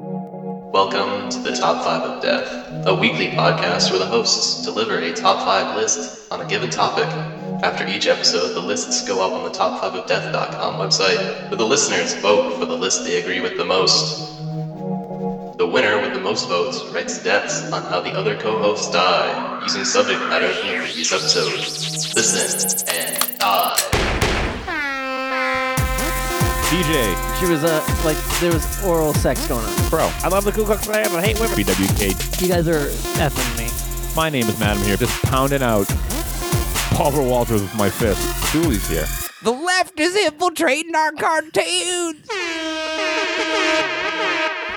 Welcome to the Top 5 of Death, a weekly podcast where the hosts deliver a top 5 list on a given topic. After each episode, the lists go up on the top5ofdeath.com website, where the listeners vote for the list they agree with the most. The winner with the most votes writes deaths on how the other co hosts die, using subject matter from the previous episode. Listen and die. DJ, She was uh, like there was oral sex going on. bro, I love the Ku Klux Klan, but I hate women. BWK. You guys are effing me. My name is Madam here, just pounding out Paul Walters with my fist. Julie's here. The left is infiltrating our cartoons.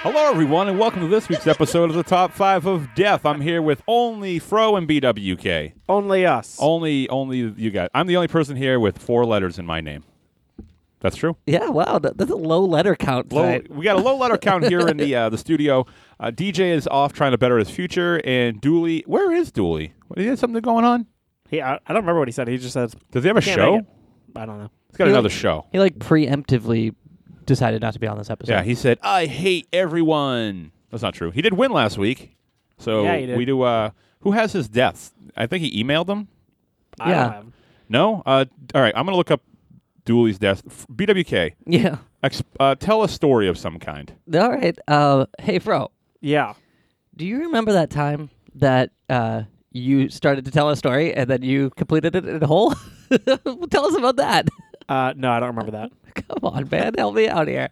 Hello, everyone, and welcome to this week's episode of the Top Five of Death. I'm here with only Fro and BWK. Only us. Only, only you guys. I'm the only person here with four letters in my name. That's true. Yeah, wow, that, that's a low letter count. Low, tonight. We got a low letter count here in the uh, the studio. Uh, DJ is off trying to better his future, and Dooley, where is Dooley? What, he had something going on? He, I, I don't remember what he said. He just said, Does he have a Can't show? make it. I don't know. He's got He- another show. He like preemptively decided not to be on this episode. Yeah, he said, "I hate everyone." That's not true. He did win last week, so Yeah, he did. we do. Uh, who has his deaths? I think he emailed them. I Yeah. don't know. No. Uh, all right, I'm gonna look up Dooley's death. F- BWK, yeah. ex- uh, tell a story of some kind. All right. Uh, hey, bro, Yeah. do you remember that time that uh, you started to tell a story and then you completed it in whole? tell us about that. Uh, no, I don't remember that. Come on, man, help me out here.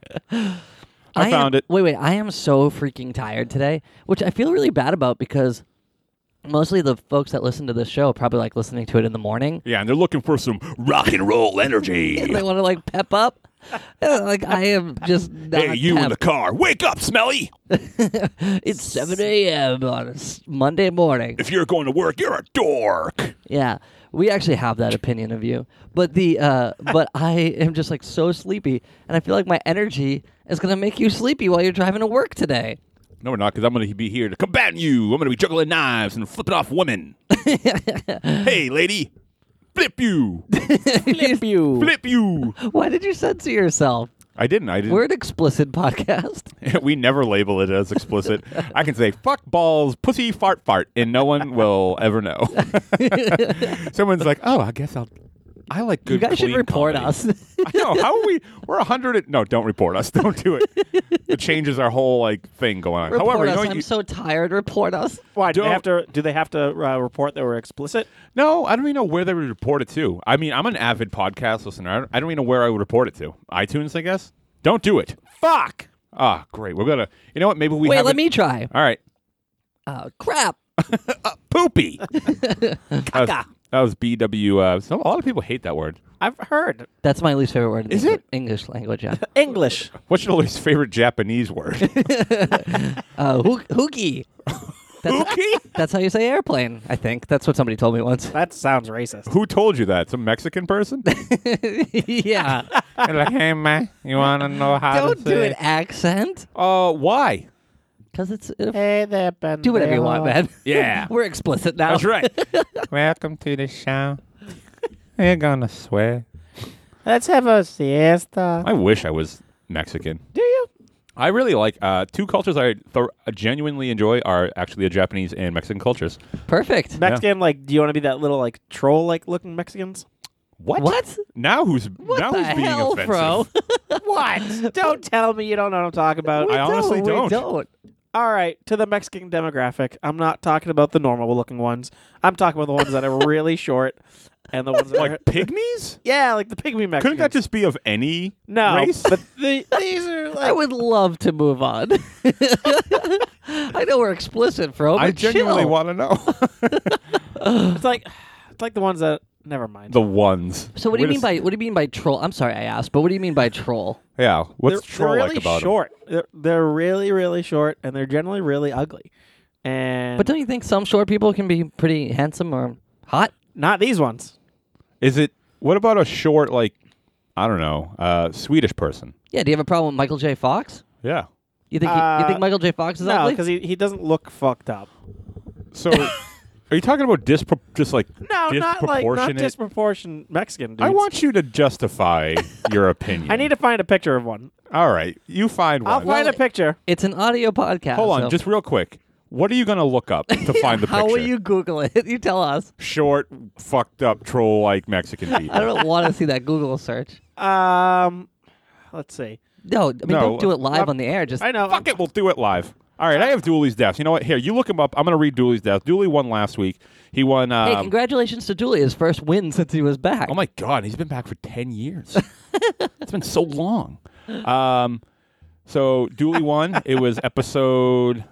I, am- found it. Wait, wait. I am so freaking tired today, which I feel really bad about because mostly the folks that listen to this show are probably like listening to it in the morning. Yeah, and they're looking for some rock and roll energy. and they want to like pep up. Yeah, like I am just not. pepped. car, wake up, Smelly! It's seven a.m. on a s- Monday morning. If you're going to work, you're a dork. Yeah, we actually have that opinion of you, but the uh, but I am just like so sleepy, and I feel like my energy is gonna make you sleepy while you're driving to work today. No, we're not, because I'm going to be here to combat you. I'm going to be juggling knives and flipping off women. hey, lady, flip you, Flip you. flip you. Why did you censor yourself? I didn't. I didn't. We're an explicit podcast. we never label it as explicit. I can say fuck balls, pussy, fart, fart, and no one will ever know. Someone's like, oh, I guess I'll. I like good. you guys should clean report comedy." us. I know. How are we? We're a hundred. and- No, don't report us. Don't do it. It changes our whole like thing going on. report However, us. you know what I'm you- so tired. Report us. Why do they Don't- have to? Do they have to uh, report that we're explicit? no, I don't even know where they would report it to. I mean, I'm an avid podcast listener. I don't, I don't even know where I would report it to. iTunes, I guess. Don't do it. Fuck. Ah, great. We're gonna. You know what? Maybe we. Wait, have let it- me try. All right. Oh crap! poopy. that, was, that was BW. Uh, so a lot of people hate that word. I've heard That's my least favorite word. In Is the it? English language? Yeah. English. What's your least favorite Japanese word? Uh, hook- hookie. That's, that's how you say airplane. I think that's what somebody told me once. That sounds racist. Who told you that? Some Mexican person? yeah, They're like, hey man, you want to know how don't do an accent Uh, why? because it's uh, Hey there, Ben. do whatever you want, man. Yeah. we're explicit now. That's right. Welcome to the show. You're gonna swear. Let's have a siesta. I wish I was Mexican. Do you? I really like uh, two cultures I th- uh, genuinely enjoy are actually the Japanese and Mexican cultures. Perfect. Mexican, like, do you want to be that little, like, troll like looking Mexicans? What? What? Now who's now What the who's being hell, offensive? bro? What? don't tell me you don't know what I'm talking about. I honestly we don't. don't. All right, to the Mexican demographic. I'm not talking about the normal looking ones. I'm talking about the ones that are really short and the ones that are Like pygmies? yeah, like the pygmy Mexicans. Couldn't that just be of any no? race? But the, these are I like would love to move on. I know we're explicit, bro. I but genuinely chill. want to know. it's like it's like the ones that never mind. the ones. So what do you We're mean just- by what do you mean by troll? I'm sorry, I asked, but what do you mean by troll? yeah? What's they're, troll they're like really about 'em? short. They're, they're really really short and they're generally really ugly. And But don't you think some short people can be pretty handsome or hot? not these ones. Is it? What about a short like? I don't know. Uh, Swedish person. Yeah. Do you have a problem with Michael J. Fox? Yeah. You think he, you Uh, think Michael J. Fox is No, ugly? because he, he doesn't look fucked up. So, are you talking about dispro- just like No, not like not disproportionate? disproportionate Mexican dudes. I want you to justify your opinion. I need to find a picture of one. All right, you find I'll one. find a picture. It's an audio podcast. Hold on, so just real quick. What are you gonna look up to find the picture? how will you Google it? You tell us. Short, fucked up troll like Mexican people. I don't want to see that Google search. Um, let's see. No, I mean No, uh, don't do it live I'm- on the air. Just I know. Fuck it, we'll do it live. All right, I have Dooley's deaths. You know what? Here, you look him up. I'm gonna read Dooley's death. Dooley won last week. He won. Um, hey, congratulations to Julie, his first win since he was back. Oh my God, he's been back for ten years. it's been so long. Um, so Dooley won. It was episode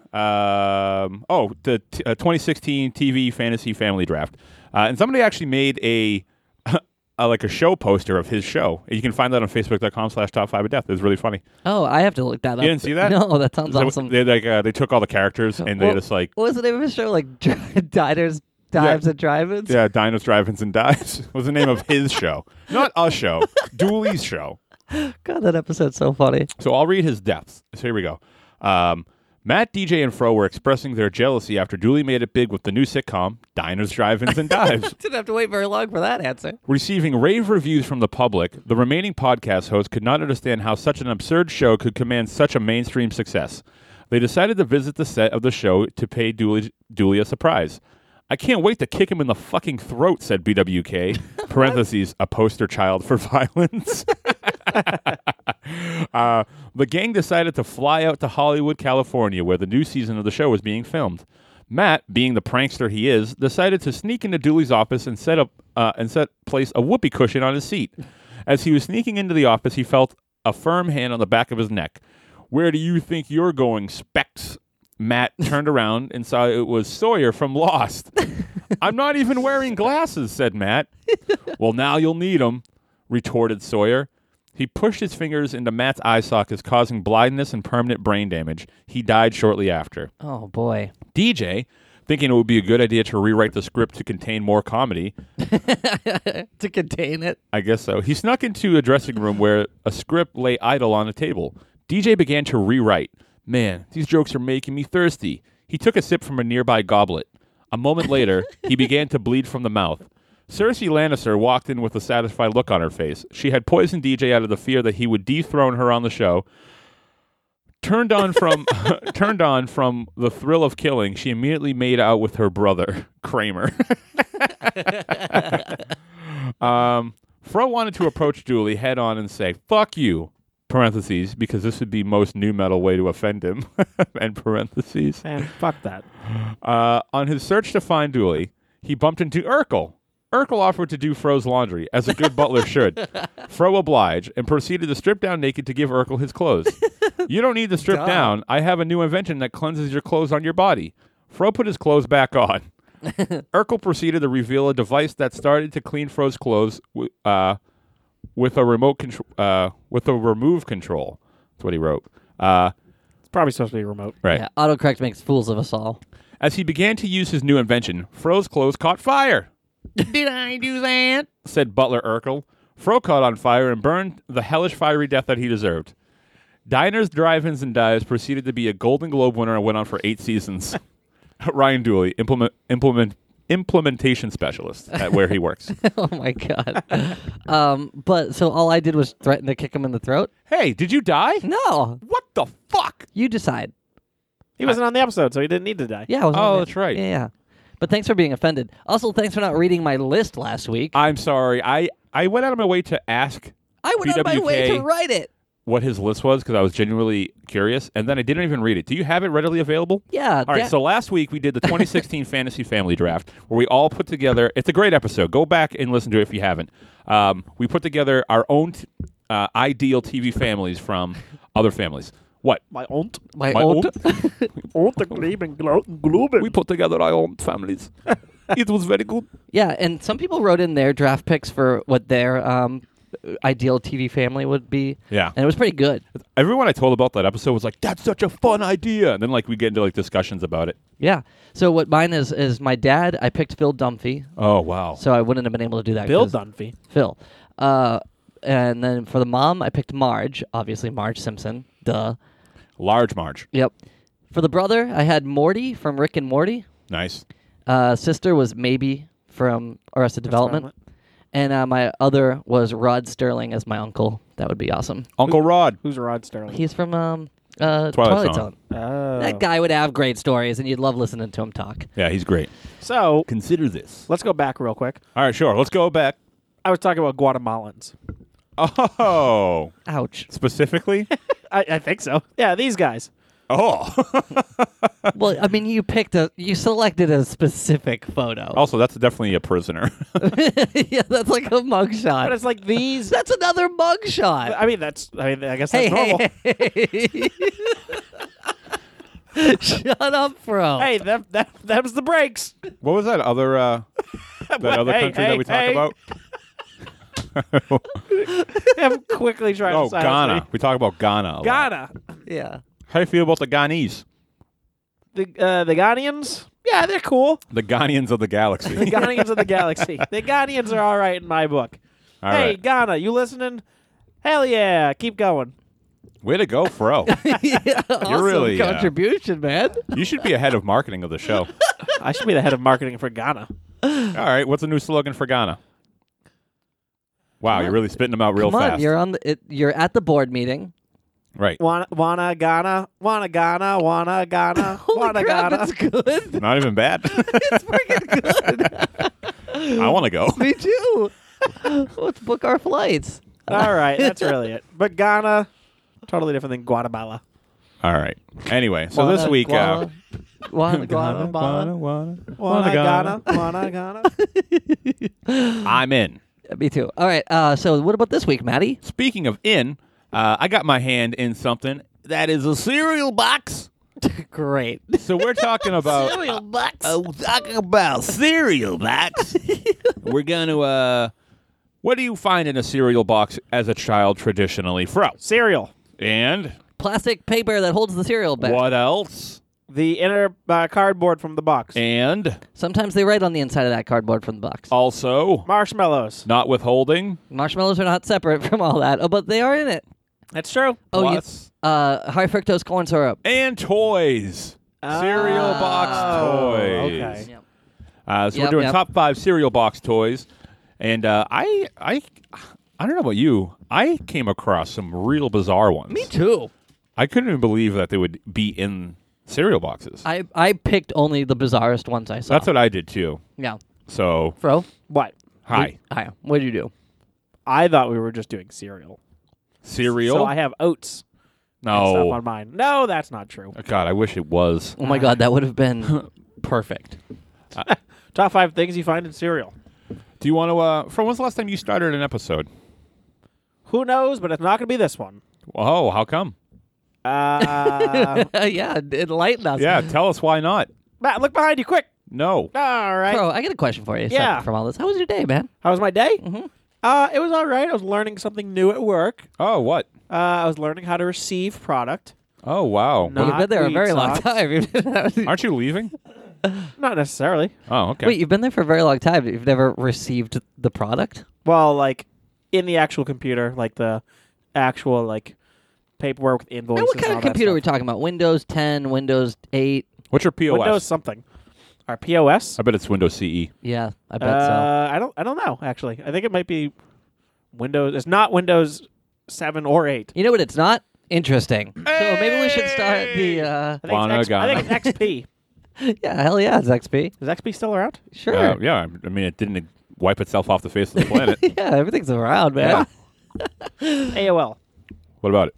um, oh the t- uh, 2016 TV fantasy family draft, uh, and somebody actually made a, a like a show poster of his show. You can find that on Facebook.com/slash Top Five of Death. It was really funny. oh, I have to look that up. didn't see that? No, that sounds So awesome. They like uh, they took all the characters and they Well- just like what was the name of his show? Like dri- Diners, Dives, and Drive-Ins? yeah, dinos, drive-ins, and dives was the name of his show, not a show, Dooley's show. God, that episode's so funny. So I'll read his deaths. So here we go. Um, Matt, DJ, and Fro were expressing their jealousy after Dooley made it big with the new sitcom Diners, Drive-Ins, and Dives. Didn't have to wait very long for that answer. Receiving rave reviews from the public, the remaining podcast hosts could not understand how such an absurd show could command such a mainstream success. They decided to visit the set of the show to pay Dooley, Dooley a surprise. I can't wait to kick him in the fucking throat, said BWK, parentheses, a poster child for violence. Uh, the gang decided to fly out to Hollywood, California, where the new season of the show was being filmed. Matt, being the prankster he is, decided to sneak into Dooley's office and set up uh, and set place a whoopee cushion on his seat. As he was sneaking into the office, he felt a firm hand on the back of his neck. Where do you think you're going, Specs? Matt turned around and saw it was Sawyer from Lost. I'm not even wearing glasses, said Matt. well, now you'll need 'em," retorted Sawyer. He pushed his fingers into Matt's eye sockets, causing blindness and permanent brain damage. He died shortly after. Oh boy. DJ, thinking it would be a good idea to rewrite the script to contain more comedy, To contain it. I guess so. He snuck into a dressing room where a script lay idle on a table. DJ began to rewrite. Man, these jokes are making me thirsty. He took a sip from a nearby goblet. A moment later, he began to bleed from the mouth. Cersei Lannister walked in with a satisfied look on her face. She had poisoned DJ out of the fear that he would dethrone her on the show. Turned on from turned on from the thrill of killing, she immediately made out with her brother, Kramer. Um, Fro wanted to approach Dooley head on and say, fuck you, parentheses, because this would be most new metal way to offend him, and parentheses. And fuck that. Uh, on his search to find Dooley, he bumped into Urkel. Urkel offered to do Fro's laundry, as a good butler should. Fro obliged and proceeded to strip down naked to give Urkel his clothes. you don't need to strip down. I have a new invention that cleanses your clothes on your body. Fro put his clothes back on. Urkel proceeded to reveal a device that started to clean Fro's clothes wi- uh, with a remote control, uh, with a remove control. That's what he wrote. Uh, It's probably supposed to be remote. right. Yeah, autocorrect makes fools of us all. As he began to use his new invention, Fro's clothes caught fire. Did I do that? said Butler Urkel. Fro caught on fire and burned the hellish fiery death that he deserved. Diners, Drive-Ins, and Dives proceeded to be a Golden Globe winner and went on for eight seasons. Ryan Dooley, implement, implement, implementation specialist at where he works. Oh my god. um, but so all I did was threaten to kick him in the throat. hey, did you die? No, What the fuck? you decide. He wasn't on the episode, so he didn't need to die. Yeah. I was on Oh, there. that's right. Yeah, yeah. But thanks for being offended. Also, thanks for not reading my list last week. I'm sorry. I, I went out of my way to ask I went out of my way to BWK. write it. what his list was because I was genuinely curious, and then I didn't even read it. Do you have it readily available? Yeah. All right, that- so last week we did the 2016 Fantasy Family Draft, where we all put together. It's a great episode. Go back and listen to it if you haven't. Um, we put together our own t- uh, ideal TV families from other families. What? My aunt, my, my old. aunt the Gleben Globen. We put together our own families. it was very good. yeah, and some people wrote in their draft picks for what their um, ideal TV family would be. Yeah. And it was pretty good. Everyone I told about that episode was like, "That's such a fun idea," and then like we get into like discussions about it. Yeah. So what mine is is my dad. I picked Phil Dunphy, Oh wow! so I wouldn't have been able to do that. Bill 'cause- Dunphy. Phil. Uh, and then for the mom, I picked Marge. Obviously, Marge Simpson. Duh. Large Marge, Yep. For the brother, I had Morty from Rick and Morty. nice. Uh, sister was maybe from Arrested Development. Development. and uh, my other was Rod Sterling as my uncle. That would be awesome. Uncle Rod. Who's Rod Sterling? He's from um, uh, Twilight Twilight, Zone. Zone. Oh. That guy would have great stories, and you'd love listening to him talk. Yeah, he's great. So Consider this. let's go back real quick. All right, sure. Let's go back. I was talking about Guatemalans. Oh, Ouch. specifically. I, I think so. Yeah, these guys. oh. well, I mean, you picked a, you selected a specific photo. also, that's definitely a prisoner. yeah, that's like a But mugshot. it's like these. That's another mugshot. I mean, that's. I mean, I guess that's Hey, normal. hey, hey. Shut up, bro. Hey, that that that was the breaks. what was that other uh, that other Hey, country that hey, we hey. talk about? I'm quickly trying oh, to silence Ghana. me. We talk about Ghana. a lot. Ghana. Yeah. How do you feel about the Ghanese? The uh, the Ghanaians. Yeah, they're cool. The Ghanaians of the The galaxy. Ghanaians of the galaxy. The Ghanaians are all right in my book. All hey, right. Ghana, you listening? Hell yeah, keep going. Way to go, Fro. yeah awesome really, uh, contribution, man. you should be a head of marketing of the show. I should be the head of marketing for Ghana. All right. What's a new slogan for Ghana? Wow, you're really spitting them out real Come on, fast. you're on the, it, you're at the board meeting. right. Wanna, wanna Ghana, wanna Ghana, wanna Ghana, Holy wanna crap, Ghana. it's good. Not even bad. it's good. I want to go. Me too. Let's book our flights. All right, that's really it. But Ghana, totally different than Guatemala. All right. Anyway, so this Guana- week, uh, guana- guana- guana- guana. Wanna Ghana, Ghana. wanna Ghana. I'm in. Me too. All right. Uh, so what about this week, Maddie? Speaking of in, uh, I got my hand in something that is a cereal box. Great. So we're talking about cereal box. talking about cereal box. we're going to. Uh, what do you find in a cereal box as a child traditionally, Fro? Cereal. And Plastic paper that holds the cereal bag. what else? The inner uh, cardboard from the box. And Sometimes they write on the inside of that cardboard from the box. Oh. also Marshmallows. not withholding. Marshmallows are not separate from all that, oh, but they are in it. That's true. Oh, plus you, uh, high fructose corn syrup. and toys. Cereal box Oh, toys. okay. Yep. Uh, so we're Yep, doing yep. top five cereal box toys, and uh, I, I, I don't know about you. I came across some real bizarre ones. Me too. I couldn't even believe that they would be in cereal boxes. I, I picked only the bizarrest ones I saw. That's what I did too. yeah. So Fro? What? hi, Hi. What did you do? I thought we were just doing cereal. cereal. So I have oats and stuff no, on mine. No, that's not true. Uh, God, I wish it was. Oh my god, that would have been perfect. Top five things you find in cereal. Do you want to? Uh, from when's the last time you started an episode? Who knows? But it's not going to be this one. Oh, how come? Uh, yeah, enlighten us. Yeah, tell us why not. Matt, look behind you, quick! No. All right. Bro, I got a question for you. Yeah. separate From all this, how was your day, man? How was my day? Mm-hmm. Uh, it was all right. I was learning something new at work. Oh, what? Uh, I was learning how to receive product. Oh, wow. No. you've been there a Not very weed long socks. time. You've been- Aren't you leaving? Not necessarily. Oh, okay. Wait, you've been there for a very long time. but You've never received the product. Well, like in the actual computer, like the actual like paperwork with invoices. Now, what kind and of all that computer are we stuff. talking about? Windows 10, Windows 8. What's your POS? Windows something. Our POS. I bet it's Windows E. CE. Yeah, I bet so. Uh, I don't. I don't know. Actually, I think it might be Windows. It's not Windows seven or eight. You know what? It's not interesting. So maybe we should start the. Uh, I think, Wanna it's X- I Ghana. think it's XP. yeah, hell yeah, it's XP. Is XP still around? Sure. Uh, yeah, I mean, it didn't wipe itself off the face of the planet. yeah, everything's around, man. AOL. what about it?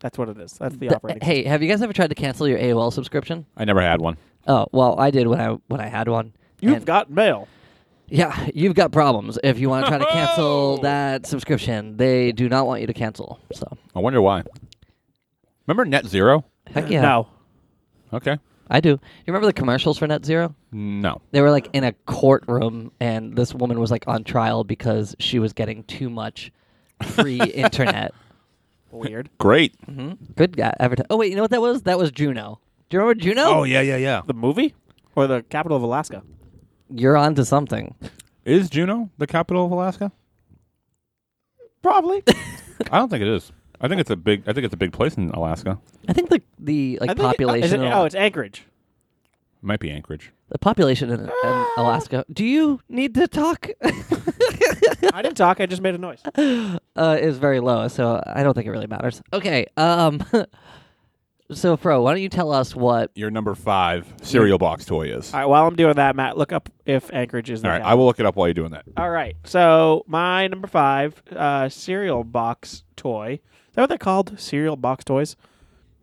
That's what it is. That's the Th- operating. hey, have you guys ever tried to cancel your AOL subscription? I never had one. Oh well, I did when I when I had one. You've And- got mail. yeah, you've got problems if you want to try to cancel that subscription. They do not want you to cancel. So I wonder why. Remember Net Zero? heck yeah, No. Okay. I do. You remember the commercials for Net Zero? No. They were like in a courtroom, and this woman was like on trial because she was getting too much free internet. Weird. Great. Good guy. Adverti- oh wait, you know what that was? That was Juno. Do you remember Juno? Oh, yeah, yeah, yeah. The movie or the capital of Alaska? You're on to something. Is Juneau the capital of Alaska? Probably. I don't think it is. I think it's a big. I think it's a big place in Alaska. I think the the like I think it- uh, is population. it- oh, it's Anchorage. Might be Anchorage. The population in, in Alaska. Do you need to talk? I didn't talk. I just made a noise. uh, is very low, so I don't think it really matters. Okay. Um. so, Fro, why don't you tell us what? Your number five cereal box toy is. All right. While I'm doing that, Matt, look up if Anchorage is. in All the right, capital. I will look it up while you're doing that. All right. So my number five uh, cereal box toy. Is that what they're called? Cereal box toys.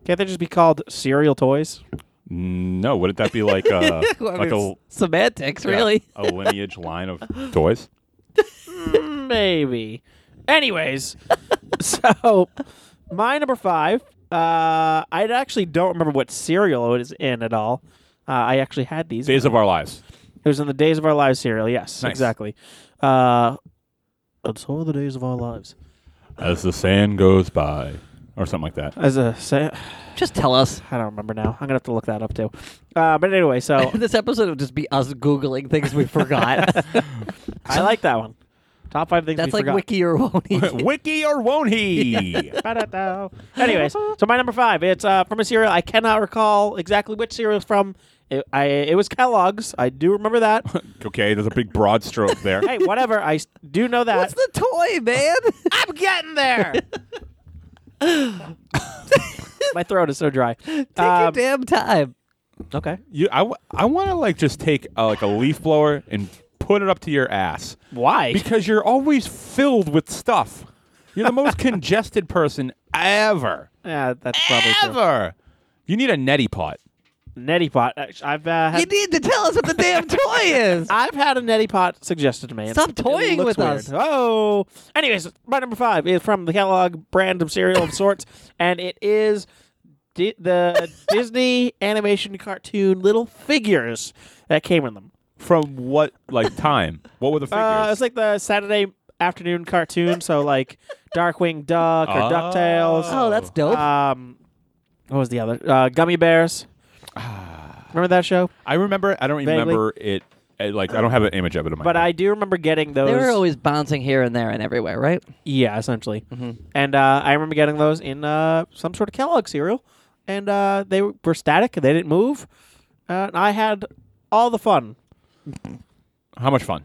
Can't they just be called cereal toys? No, wouldn't that be like uh, I like mean, a s- semantics, yeah, really? a lineage line of toys? Mm, Maybe. Anyways, so my number five. Uh, I actually don't remember what cereal it is in at all. Uh, I actually had these. Days of Our Lives. It was in the Days of Our Lives cereal. Yes, Nice. exactly. Uh, it's all the days of our lives. As the sand goes by, or something like that. As a say, Just tell us. I don't remember now. I'm gonna have to look that up too. Uh, but anyway, so this episode will just be us googling things we forgot. I like that one. Top five things That's we like forgot. Wiki or Woni. Wiki or won't he? Ba-da-da. Anyways, so my number five. It's uh, from a cereal. I cannot recall exactly which cereal it's from. It, I, it was Kellogg's. I do remember that. okay, there's a big broad stroke there. hey, whatever. I s- do know that. What's the toy, man? I'm getting there. my throat is so dry. Take Um, your damn time. okay. You, I, w- I want to like just take uh, like a leaf blower and put it up to your ass Why? because you're always filled with stuff. You're the most congested person ever, yeah, that's probably true. ever. You need a neti pot. Neti pot. Actu- I've uh, You had. need to tell us what the damn toy is. I've had a neti pot suggested to me. Stop It toying with looks weird. us. Oh, anyways, my number five is from the Kellogg brand of cereal of sorts, and it is di- the Disney animation cartoon little figures that came in them. From what like time? What were the figures? Uh, it's like the Saturday afternoon cartoon, so like Darkwing Duck or Oh. Ducktales. oh, that's dope. Um, what was the other? Uh, Gummy Bears. Remember that show? I remember. I don't Vaguely. remember it. uh, Like I don't have an image of it in my. But head. I do remember getting those. they were always bouncing here and there and everywhere, right? Yeah, essentially. And uh, I remember getting those in uh, some sort of Kellogg cereal, and uh, they were static. They didn't move. Uh, and I had all the fun, How much fun?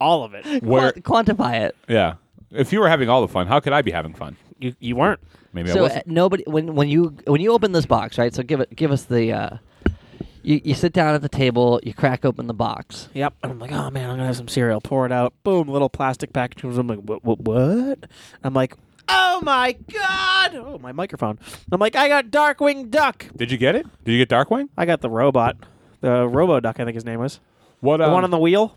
all of it. Where? Quan- quantify it. yeah. If you were having all the fun, how could I be having fun? You you weren't. Maybe I So uh, wasn't. nobody when when you when you open this box, right? So give it give us the. Uh, you, you sit down at the table, you crack open the box. Yep. And I'm like, oh man, I'm gonna have some cereal. Pour it out. Boom, little plastic package comes. I'm like, what? What? What? I'm like, oh my god. Oh, my microphone. I'm like, I got Darkwing Duck. Did you get it? Did you get Darkwing? I got the robot, the Robo Duck. I think his name was What? the um, one on the wheel.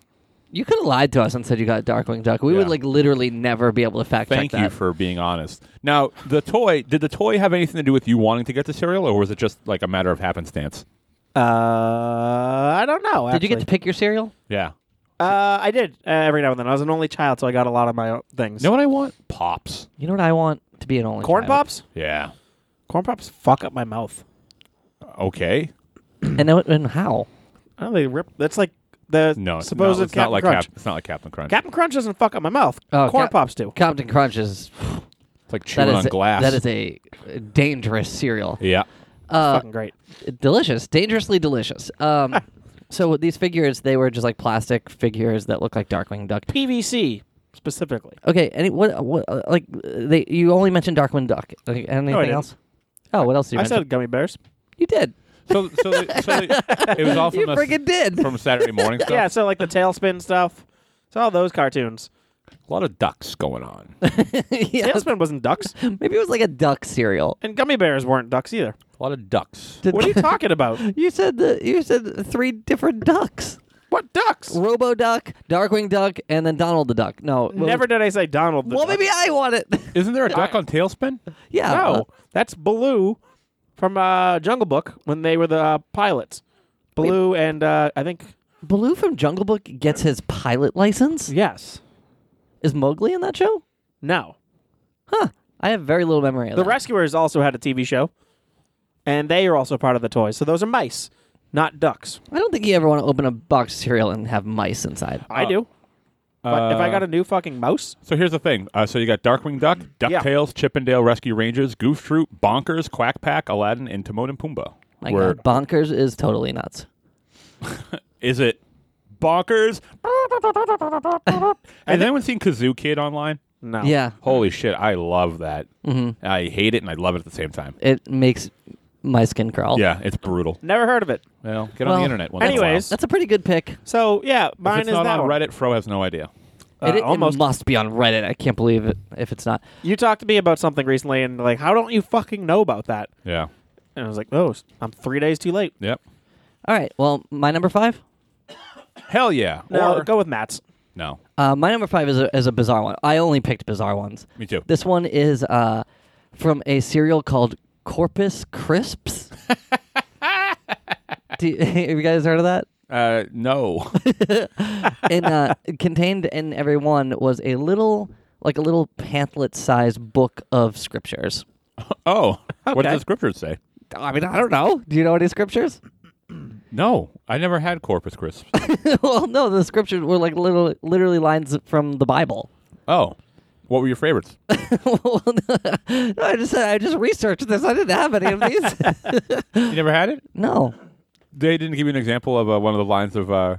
You could have lied to us and said you got Darkwing Duck. We Yeah. would like literally never be able to fact Thank check that. you for being honest. Now, the toy, did the toy have anything to do with you wanting to get the cereal, or was it just like a matter of happenstance? Uh, I don't know. Did you get to actually. pick your cereal? Yeah. Uh, I did uh, every now and then. I was an only child, so I got a lot of my own things. You know what I want? Pops. You know what I want to be an only corn child. pops. Yeah. Corn pops fuck up my mouth. Okay. and then- and how? Oh, they rip. That's like the No, it's, supposed no, it's Captain not like Crunch. Cap, it's not like Captain Crunch. Captain Crunch doesn't fuck up my mouth. Oh, corn Cap- pops do. Compton Crunch is it's like that chewing is on a- glass. that is a uh, dangerous cereal. yeah. Uh, Fucking great. delicious, dangerously delicious. Um, so these figures, they were just like plastic figures that look like Darkwing Duck. PVC specifically. Okay, any what what uh, like uh, they? You only mentioned Darkwing Duck. Like, anything didn't. else? Oh, what else? Did you I mention? said gummy bears. you did. So, so, they, so they, it was all from, You the- friggin' did. from Saturday morning stuff. Yeah, so like the tailspin stuff. It's all those cartoons. A lot of ducks going on. yeah, Tailspin wasn't ducks, maybe it was like a duck cereal. and gummy bears weren't ducks either. A lot of ducks. Did- What are you talking about? You said the, you said three different ducks: What ducks? Robo Duck, Darkwing Duck, and then Donald the Duck. No, what was- Never did I say Donald. The Well, duck. maybe I want it. Isn't there a duck on Tailspin? yeah. No, uh, that's Baloo from uh, Jungle Book when they were the uh, pilots. Baloo and uh, I think Baloo from Jungle Book gets his pilot license. yes, Is Mowgli in that show? no. Huh. I have very little memory of The that. Rescuers also had a TV show, and they are also part of the toys. So those are mice, not ducks. I don't think you ever want to open a box of cereal and have mice inside. I do. But if I Oh. Uh, got a new fucking mouse, So here's the thing. Uh, so you got Darkwing Duck, DuckTales, Chippendale Rescue Rangers, Goof Troop, Bonkers, Quack Pack, Aladdin, and Timon and Pumbaa. My were God, bonkers is totally nuts. Is it bonkers? Has anyone seen Kazoo Kid online? No. Yeah, Holy shit, I love that. Mm-hmm. I hate it and I love it at the same time. it makes my skin crawl. Yeah, it's brutal. Never heard of it. Well, get on Well, the internet once anyways, that's a pretty good pick. So yeah, in a while. mine If it's is not that on one. Reddit, Fro has no idea. Uh, it, it almost. must be on Reddit. I can't believe it if it's not. You talked to me about something recently, and like, how don't you fucking know about that? Yeah. And I was like, oh, s- I'm three days too late. Yep. All right. Well, my number five. Hell yeah. No, or go with Matt's. no. Uh, my number five is a, is a bizarre one. I only picked bizarre ones. Me too. This one is uh, from a cereal called Corpus Crisps. Do you, have you guys heard of that? Uh, no. And uh, contained in every one was a little, like a little pamphlet-sized book of scriptures. oh, what did Okay. the scriptures say? I mean, I don't know. Do you know any scriptures? No, I never had Corpus Crisps. well, no. The scriptures were like little, literally lines from the Bible. oh, what were your favorites? Well, no, I just I just researched this. I didn't have any of these. You never had it? no, They didn't give you an example of uh, one of the lines of uh,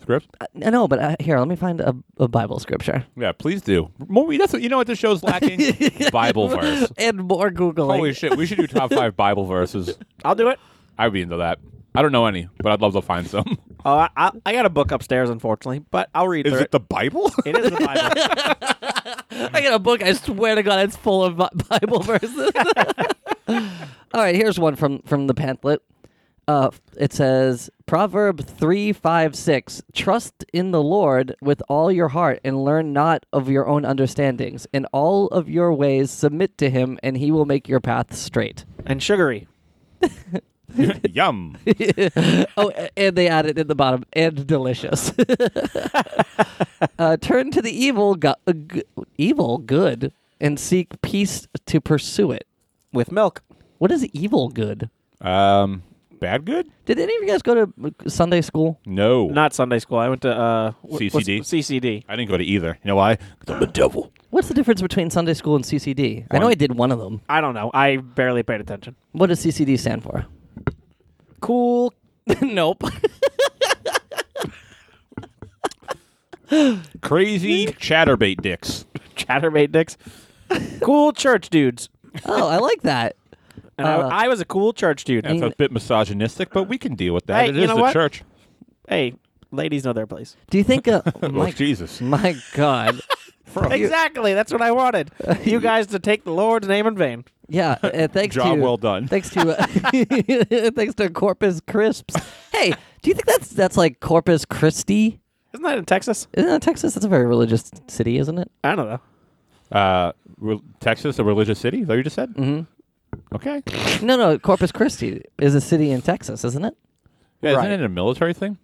scripts. I know, but uh, here, let me find a, a Bible scripture Yeah, please do. More, that's what, you know what the show's lacking? Bible verse. and more Google. Holy shit, we should do top five Bible verses. I'll do it. I'd be into that. I don't know any, but I'd love to find some. Oh, I, I, I got a book upstairs, unfortunately, but I'll read through it. the Bible? it is the Bible. I got a book. I swear to God, it's full of Bi- Bible verses. All right, here's one from from the pamphlet. Uh, it says Proverb three five six: Trust in the Lord with all your heart, and learn not of your own understandings. In all of your ways, submit to Him, and He will make your path straight. and sugary. Yum. Oh, a- and they added in the bottom, and delicious. uh, turn to the evil, go- uh, g- evil good, and seek peace to pursue it. With milk. What is evil good? Um, bad good? Did any of you guys go to uh, Sunday school? No. Not Sunday school. I went to uh, wh- what's- CCD? CCD. I didn't go to either. You know why? 'Cause I'm the devil. What's the difference between Sunday school and CCD? I know One- I did one of them. I don't know. I barely paid attention. What does CCD stand for? Cool. nope. Crazy chatterbait dicks. Chatterbait dicks. cool church dudes. oh, I like that. And Uh, I, I was a cool church dude. That's a bit misogynistic, but we can deal with that. Hey, it you is know the what? church. Hey, ladies know their place. Do you think? Uh, oh, Oh, my, Jesus. my God. Exactly. That's what I wanted. You guys to take the Lord's name in vain. Yeah, uh, thanks Job to well done. Thanks to uh, thanks to Corpus Crisps. Hey, do you think that's that's like Corpus Christi? Isn't that in Texas? Isn't that Texas? That's a very religious city, isn't it? I don't know. Uh, re- Texas, a religious city? Is that what you just said? Mm-hmm. Okay. Yeah, No, no, Corpus Christi is a city in Texas, isn't it? Isn't Right. it a military thing?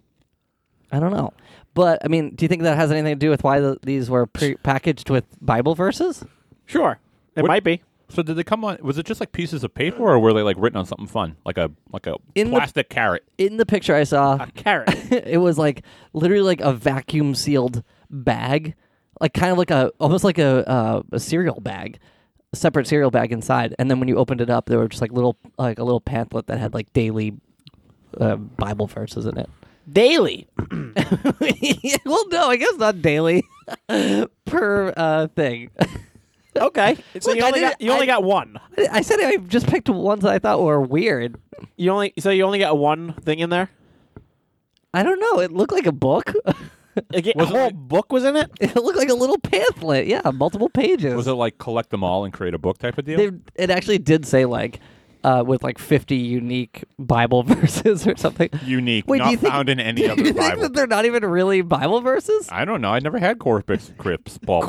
I don't know, but I mean, do you think that has anything to do with why the, these were pre- packaged with Bible verses? Sure. It What- might be. So did they come on? Was it just like pieces of paper, or were they like written on something fun, like a like a In the- plastic carrot? In the picture I saw, Carrot. it was like literally like a vacuum sealed bag, like kind of like a almost like a uh, a cereal bag, a separate cereal bag inside. And then when you opened it up, there were just like little like a little pamphlet that had like daily uh, Bible verses in it. Daily. well, no, I guess not daily per uh, thing. Okay. So Look, you I only, got, didn't- you only I- got one. I said I just picked ones that I thought were weird. You only so you only got one thing in there. I don't know. It looked like a book. Again, a Wasn't whole it- book was in it. it looked like a little pamphlet. Yeah, multiple pages. Was it like collect them all and create a book type of deal? they it actually did say like uh, with like 50 unique Bible verses or something. Unique, Wait, do not you think- found in Do any you other think Bible. that they're not even really Bible verses? I don't know. I never had Corpus Uh, Crips. Ball.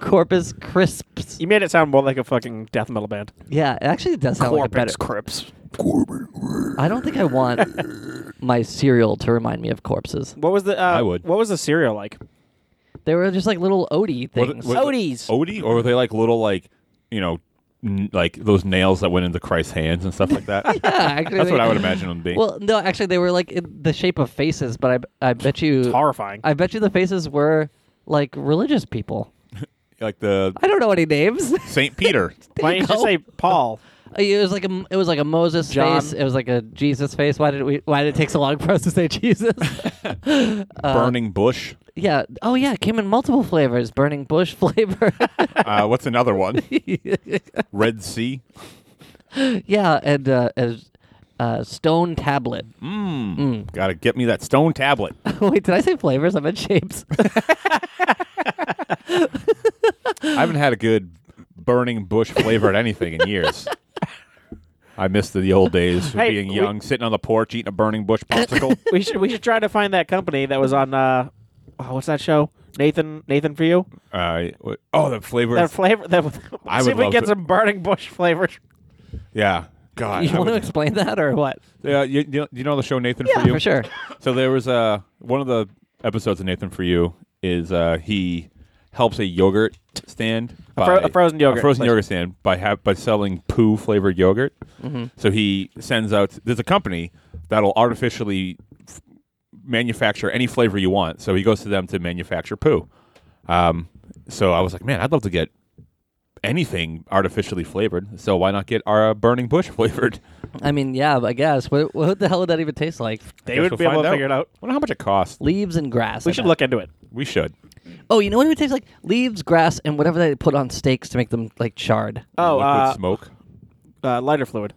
Corpus Crisps. You made it sound more like a fucking death metal band. Yeah, it actually does sound like a better. Crips. I don't think I want my cereal to remind me of corpses. What was the? Uh, I would. What was the cereal like? They were just like little Odie things. was- Oh. Odie's. Odie, or were they like little like you know n- like those nails that went into Christ's hands and stuff like that? yeah, actually, That's they- what I would imagine them being. Well, no, actually, they were like in the shape of faces, but I, I bet you, Horrifying. I bet you, the faces were like religious people. like the I don't know any names. Saint Peter. Why don't you just go. say Paul? It was like a it was like a Moses John. face. It was like a Jesus face. Why did we? Why did it take so long for us to say Jesus? Uh, Burning bush. yeah. Oh yeah. It came in multiple flavors. Burning bush flavor. Uh, what's another one? Red Sea. yeah, and uh, and, uh, stone tablet. Hmm. Gotta get me that stone tablet. Wait, did I say flavors? I meant shapes. I haven't had a good burning bush flavored anything in years. I miss the, the old days of Hey, being we- young, sitting on the porch eating a burning bush popsicle. we should we should try to find that company that was on uh oh, what's that show? Nathan Nathan for you? uh, what- oh, the flavor. That flavor that I see would if we love can get to- some burning bush flavor. yeah. God. you I want to would- explain that or what? yeah, you, you know, you know the show Nathan Yeah, for You? for sure. So there was uh, one of the episodes of Nathan for You is uh, he helps a yogurt stand by, fro- a frozen yogurt a frozen place. yogurt stand by ha- by selling poo flavored yogurt. Mm-hmm. So he sends out there's a company that'll artificially f- manufacture any flavor you want. So he goes to them to manufacture poo. Um, so I was like, man, I'd love to get anything artificially flavored. So why not get our uh, burning bush flavored? I mean, yeah, I guess. What, what the hell would that even taste like? They Guess would we'll be able find to figure it out. wonder how much it costs. Leaves and grass. We I should bet. look into it. We should. Oh, you know what it would taste like? Leaves, grass, and whatever they put on steaks to make them like charred. Oh, Liquid uh, smoke. uh, lighter fluid.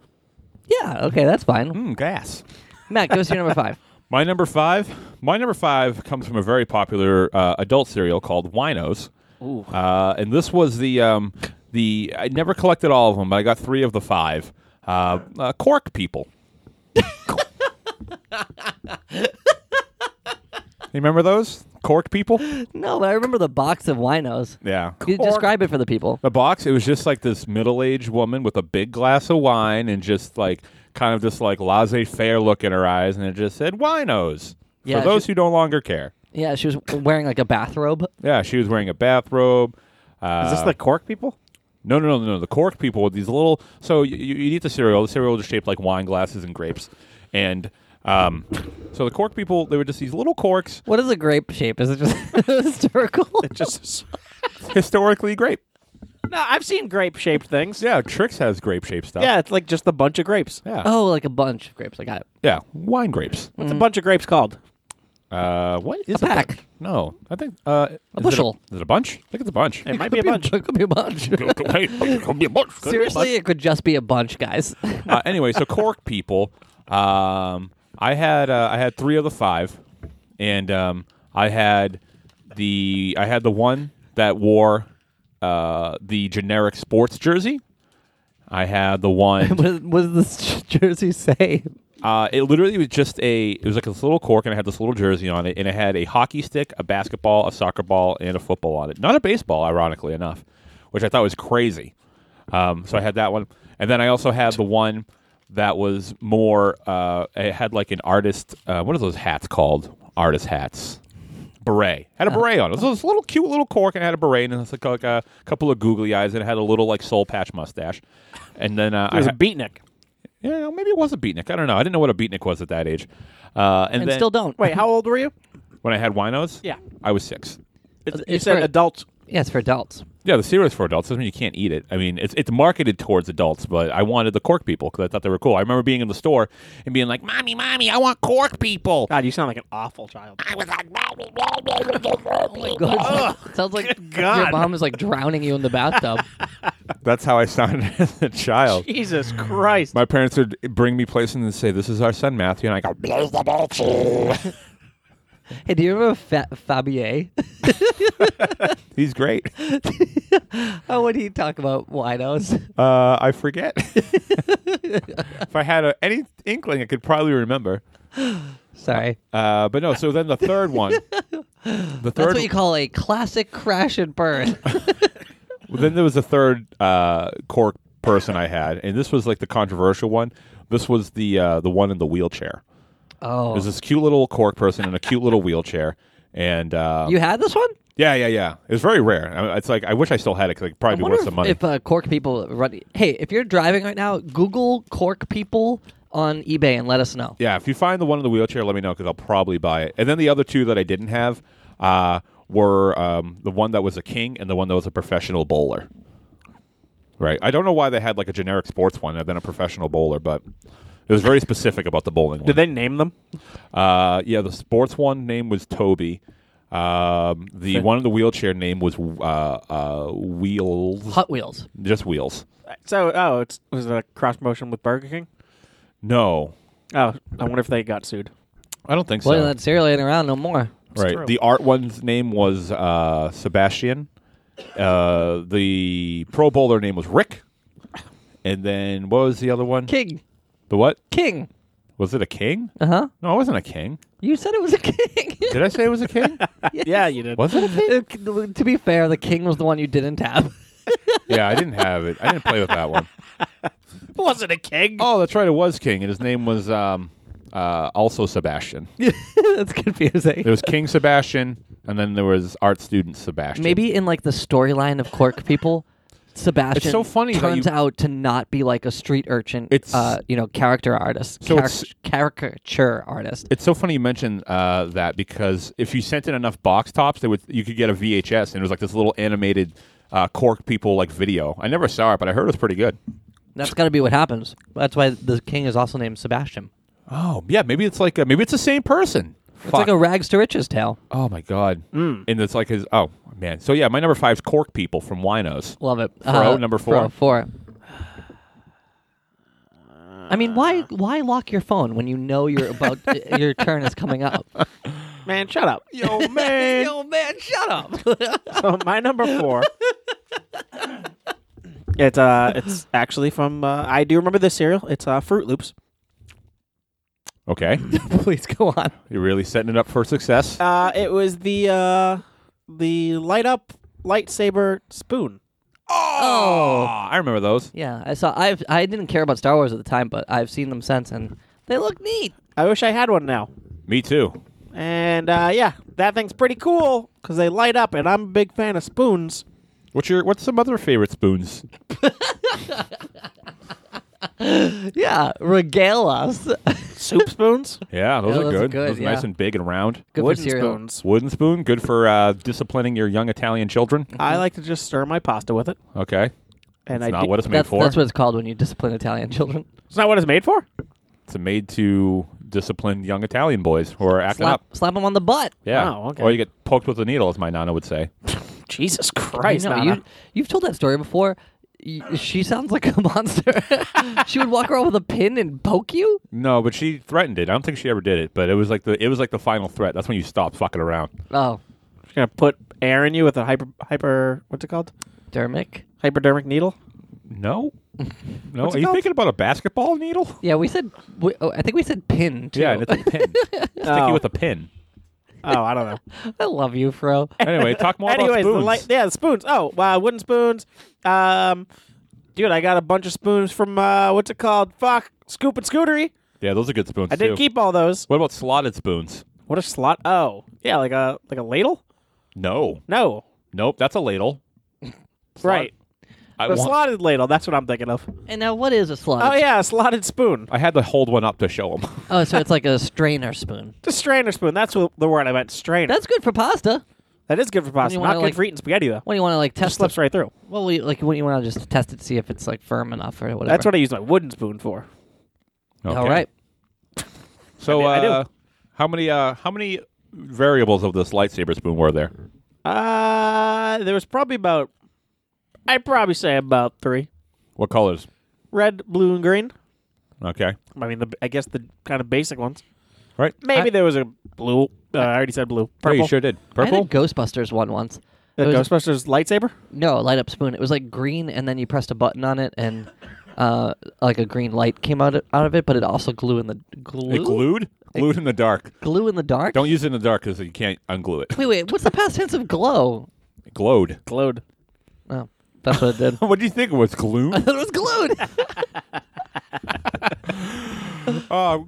Yeah. Okay, that's fine. Mm, gas. Matt, give us your number five. My number five. My number five comes from a very popular uh, adult cereal called Winos. Ooh. Uh, and this was the um, the I never collected all of them, but I got three of the five. Uh, uh, cork people. you remember those cork people? No, but I remember the box of winos. Yeah. You describe it for the people. The box, it was just like this middle aged woman with a big glass of wine and just like kind of this like laissez faire look in her eyes, and it just said winos. Yeah, for those she- who no longer care. Yeah, she was wearing like a bathrobe. Yeah, she was wearing a bathrobe. Uh, Is this the cork people? no, no, no, no, no. The Cork people with these little. So you, you eat the cereal. The cereal is shaped like wine glasses and grapes, and um, so the Cork people they were just these little corks, What is a grape shape? Is it just historical? Just historically grape. no, I've seen grape shaped things. Yeah, Trix has grape shaped stuff. Yeah, it's like just a bunch of grapes. yeah, oh, like a bunch of grapes. I got it. yeah. Wine grapes. What's a bunch of grapes called? Uh, what is A it? pack. No, I think uh, a bushel. Is it a bunch? I think it's a bunch. It might be a bunch. It could be a bunch. Seriously, it could just be a bunch, guys. uh, anyway, so Cork people, um, I had uh, I had three of the five, and um, I had the I had the one that wore uh, the generic sports jersey. I had the one. what, does, what does this jersey say? Uh, it literally was just a. It was like this little cork, and it had this little jersey on it, and it had a hockey stick, a basketball, a soccer ball, and a football on it. Not a baseball, ironically enough, which I thought was crazy. Um, so I had that one, and then I also had the one that was more. Uh, it had like an artist. Uh, what are those hats called? Artist hats. Beret had a Uh-huh. beret on. It was this little cute little cork, and it had a beret, and it was like, like a couple of googly eyes, and it had a little like soul patch mustache. And then uh, It was I a beatnik. yeah, maybe it was a beatnik. I don't know. I didn't know what a beatnik was at that age. Uh, and And then still don't. Wait, how old were you? when I had winos, Yeah. I was six. It's, you it's said for- adult. Yeah, it's for adults. Yeah, the cereal's for adults. Doesn't mean you can't eat it. I mean, it's it's marketed towards adults, but I wanted the cork people because I thought they were cool. I remember being in the store and being like, "Mommy, mommy, I want cork people." God, you sound like an awful child. I was like, mommy, mommy, mommy, Oh, Good. Sounds like your God. mom is like drowning you in the bathtub. That's how I sounded as a child. Jesus Christ. My parents would bring me places and say, "This is our son Matthew," and I go, Here's the virtue. hey, do you remember Fa- Fabier? "He's great." How would Oh, he talk about winos? Uh, I forget. if I had a, any inkling, I could probably remember. Sorry. Uh, but no. So then the third one, the That's third what you call a classic crash and burn. Well, then there was a third uh, cork person I had, and this was like the controversial one. This was the uh, the one in the wheelchair. oh. There's this cute little cork person in a cute little wheelchair, and uh, You had this one? yeah, yeah, yeah. It was very rare. I- It's like I wish I still had it because it'd probably be wonder worth if, some money. if uh, Cork people run. Hey, if you're driving right now, Google Cork people on eBay and let us know. yeah, if you find the one in the wheelchair, let me know because I'll probably buy it. And then the other two that I didn't have uh, were um, the one that was a king and the one that was a professional bowler. Right. I don't know why they had like a generic sports one and then a professional bowler, but it was very specific about the bowling one. Did they name them? Uh, yeah, the sports one name was Toby. Um, the one in the wheelchair name was uh, uh, Wheels, Hot Wheels. just Wheels. So, oh, it's was it a cross promotion with Burger King? No, Oh, I wonder if they got sued. I don't think Boy, so. that cereal ain't around no more. Right. true. The art one's name was uh, Sebastian. Uh, the pro bowler name was Rick. And then what was the other one? King, The what? king. Was it a king? Uh huh. No, it wasn't a king. You said it was a king. Did I say it was a king? Yeah, you did. was it a king? Uh, c- to be fair, the king was the one you didn't have. Yeah, I didn't have it. I didn't play with that one. Was it a keg? Oh, that's right. It was King, and his name was um, uh, also Sebastian. That's confusing. There was King Sebastian, and then there was art student Sebastian. Maybe in like the storyline of Cork people, Sebastian so funny how turns you- out to not be like a street urchin. It's- uh, you know character artist, So charac- it's- caricature artist. it's so funny you mentioned uh, that because if you sent in enough box tops, they would you could get a VHS, and it was like this little animated uh, Cork people like video. I never saw it, but I heard it was pretty good. That's got to be what happens. That's why the king is also named Sebastian. Oh yeah, maybe it's like uh maybe it's the same person. It's like a Mm. rags to riches tale. oh my god, and it's like his oh man. So yeah, my number five is Cork people from Winos. Love it. Fro, number Uh, Fro, four. four. I mean, why why lock your phone when you know you're about your turn is coming up? Man, shut up. Yo man, Yo, man, shut up. So my number four. it's uh, it's actually from uh, I do remember this cereal. It's uh, Fruit Loops. okay, Please go on. you're really setting it up for success. Uh, it was the uh, the light up lightsaber spoon. Oh, I remember those. Yeah, I saw. I've I didn't care about Star Wars at the time, but I've seen them since, and they look neat. I wish I had one now. Me too. And uh, yeah, that thing's pretty cool because they light up, and I'm a big fan of spoons. What's your what's some other favorite spoons? Yeah, regale us. Soup spoons, Yeah, those Yeah, are those are good. good, those are yeah. nice and big and round. Good wooden for cereal. spoons. Wooden spoon, good for uh, disciplining your young Italian children. I like to just stir my pasta with it, Okay, and it's I not do- what it's made That's for. that's what it's called when you discipline Italian children. it's not what it's made for. it's made to discipline young Italian boys who are acting Slap up. slap them on the butt. Yeah, Wow, okay. or you get poked with a needle, as my nana would say. Jesus I Christ! know, Nana. you, you've told that story before. Y- She sounds like a monster. she would walk around with a pin and poke you. No, but she threatened it. I don't think she ever did it, but it was like the it was like the final threat. That's when you stop fucking around. Oh, She's gonna put air in you with a hyper hyper what's it called? Dermic. Hypodermic needle. No, no. What's it are you called? thinking about a basketball needle? Yeah, we said. We, oh, I think we said pin too. Yeah, and it's a pin. Stick Oh. you with a pin. Oh, I don't know. I love you, Fro. Anyway, talk more about Anyways, the spoons. light, yeah, the spoons. Oh, uh, wooden spoons. Um, dude, I got a bunch of spoons from uh, what's it called? Fuck, Scoop and Scootery. yeah, those are good spoons I too. did keep all those. What about slotted spoons? What a slot. Oh, yeah, like a like a ladle. No, No, nope. That's a ladle. right, I, the want- slotted ladle. That's what I'm thinking of. And now, what is a slot? Oh yeah, a slotted spoon. I had to hold one up to show them. Oh, so it's like a strainer spoon. Just strainer spoon. That's what the word I meant. Strainer. That's good for pasta. that is good for pasta. you Not wanna, good like- for eating spaghetti though. What do you want to like Just test? slips it? right through. Well, we, like what do you want to just test it, to see if it's like firm enough or whatever. That's what I use my wooden spoon for. Okay. All right. So, I do- I uh, do. how many uh, how many variables of this lightsaber spoon were there? Uh, there was probably about, I'd probably say about three. What colors? Red, blue, and green. Okay. I mean, the, I guess the kind of basic ones. Right. Maybe there was a blue. Uh, I already said blue. Yeah, Purple. you sure did. I Purple. had a Ghostbusters one once. The It was- Ghostbusters lightsaber? No, light up spoon. It was like green, and then you pressed a button on it, and uh, like a green light came out of, out of it. But it also glue in the glue It glued. Glued in the dark. glue in the dark. Don't use it in the dark because you can't unglue it. wait, wait. What's the past tense of glow? It glowed. Glowed. Oh, that's what it did. What do you think it was? I Gloom? thought it was glued. uh,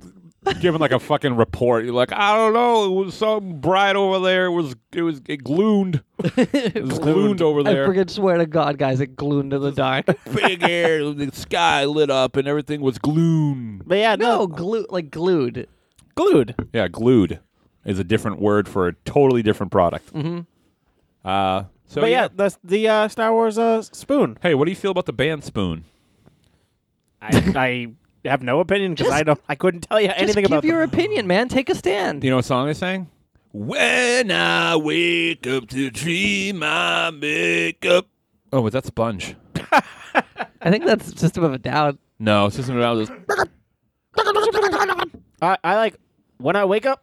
giving like a fucking report. You're like, I don't know. It was some bride over there. It was it was it glued. It was glued over I there. freaking swear to God, guys, it glued into the dark. Big air. The sky lit up and everything was gloom. But yeah, no, no. glue like glued. Glued. Yeah, glued is a different word for a totally different product. Mm-hmm. Uh, So but Oh, yeah, the the uh, Star Wars uh, spoon. Hey, what do you feel about the band Spoon? I, I have no opinion because Just- I don't. I couldn't tell you Just anything give about your them. opinion, man. Take a stand. Do you know what song they sang? When I wake up to dream I make up. Oh, was that Sponge? I think that's System of a Down. No, System of a Down was- I, I like when I wake up.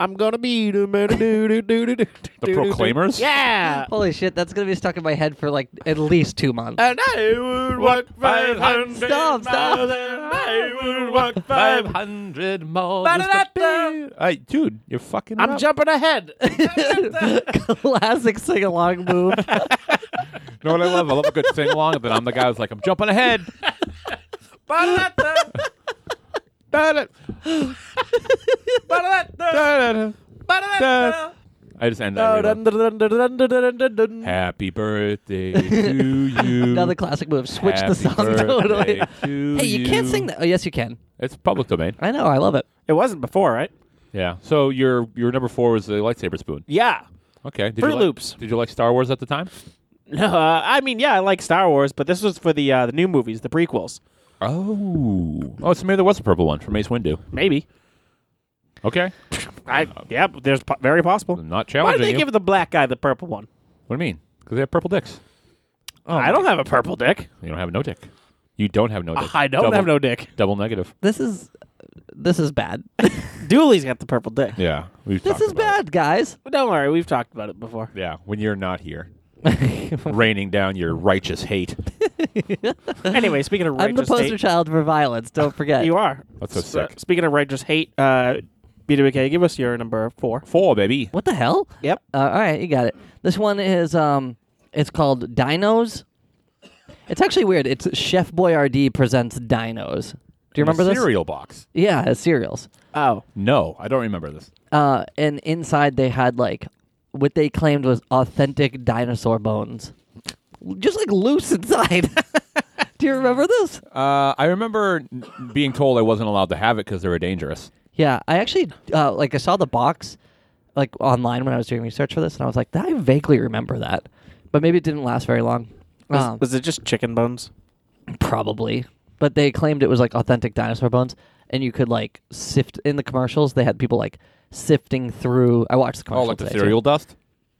I'm gonna be the man- do- do- do- do- do- The do- do- do. Proclaimers? Yeah. Holy shit, that's gonna be stuck in my head for like at least two months. And I would walk 500 Stop, stop. miles and I would walk 500. hundred more. Ba-da-da-da. Hey, dude, you're fucking. I'm up. jumping ahead. Classic sing along move. You know what I love? I love a good sing along, but I'm the guy who's like, I'm jumping ahead. Ba-da-da-da, Da-da, ba-da-da-da, da-da-da. ba-da-da-da. I just end that. every one. Dun-dun-dun-dun-dun-dun-dun-dun. Happy birthday to you. Another classic move. Switch Happy the song birthday totally. to Hey, you can't you. sing that. Oh, yes, you can. It's public domain. I know. I love it. It wasn't before, right? Yeah. So your your number four was the lightsaber spoon. Yeah. Okay. Did Fruit you like, Loops. Did you like Star Wars at the time? No, uh, I mean, yeah, I like Star Wars, but this was for the uh, the new movies, the prequels. Oh. Oh, so maybe there was a purple one from Ace Windu. Maybe. Okay. I Oh. yeah, there's po- very possible. I'm not Why challenging did they you. give the black guy the purple one? what do you mean? Because they have purple dicks. Oh, I don't have a purple dick. You don't have no dick. You don't have no dick. Ah, I don't Double- have no dick. Double negative. This is this is bad. Dooley's got the purple dick. Yeah. We've this is bad, guys. But don't worry, we've talked about it before. Yeah. When you're not here, raining down your righteous hate. anyway, speaking of I'm righteous the poster hate, child for violence. Don't forget. you are. That's so So, sick. speaking of righteous hate, uh, BWK, give us your number four. Four, baby. What the hell? Yep. Uh, all right, you got it. This one is um, it's called Dinos. It's actually weird. It's Chef Boyardee presents Dinos. Do you remember the this? cereal box? Yeah, it's cereals. Oh, No, I don't remember this. Uh, and inside they had like what they claimed was authentic dinosaur bones, just like loose inside. Do you remember this? Uh, I remember n- being told I wasn't allowed to have it because they were dangerous. Yeah, I actually uh, like I saw the box like online when I was doing research for this, and I was like, I vaguely remember that, but maybe it didn't last very long. was, Um, was it just chicken bones? probably, but they claimed it was like authentic dinosaur bones, and you could like sift in the commercials. They had people like sifting through. I watched the Oh, commercials. like the today, too. cereal dust?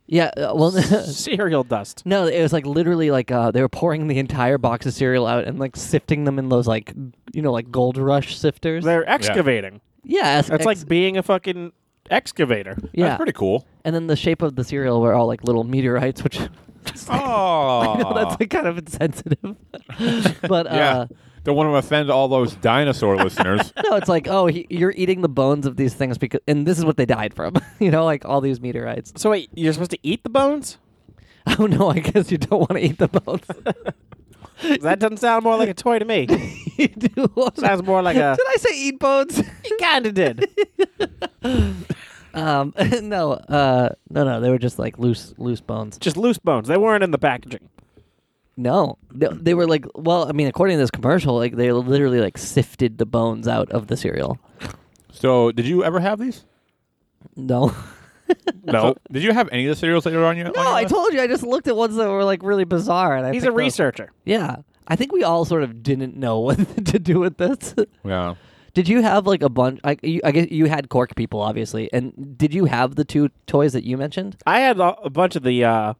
Yeah. uh, well, Cereal dust. No, it was like literally like uh, they were pouring the entire box of cereal out and like sifting them in those like you know like gold rush sifters. They're excavating. yeah, it's, That's like being a fucking excavator. yeah. That's pretty cool. and then the shape of the cereal were all like little meteorites, which Oh, that's like kind of insensitive. but yeah. uh, Don't want to offend all those dinosaur listeners. no, it's like oh, he, you're eating the bones of these things because and this is what they died from. you know, like all these meteorites. So wait, you're supposed to eat the bones? Oh no, I guess you don't want to eat the bones. That doesn't sound more like a toy to me. you do. wanna- Sounds more like a- Did I say eat bones? you kind of did. Um, no, uh, no, no. They were just like loose, loose bones. Just loose bones. They weren't in the packaging. No, they, they were like, well, I mean, according to this commercial, like they literally like sifted the bones out of the cereal. so, did you ever have these? No, No. did you have any of the cereals that were on your? no, I told you, I just looked at ones that were like really bizarre, and I He's picked a those. researcher. Yeah, I think we all sort of didn't know what to do with this. Yeah. did you have like a bunch? I, you, I guess you had cork people, obviously, and did you have the two toys that you mentioned? I had a a bunch of the uh,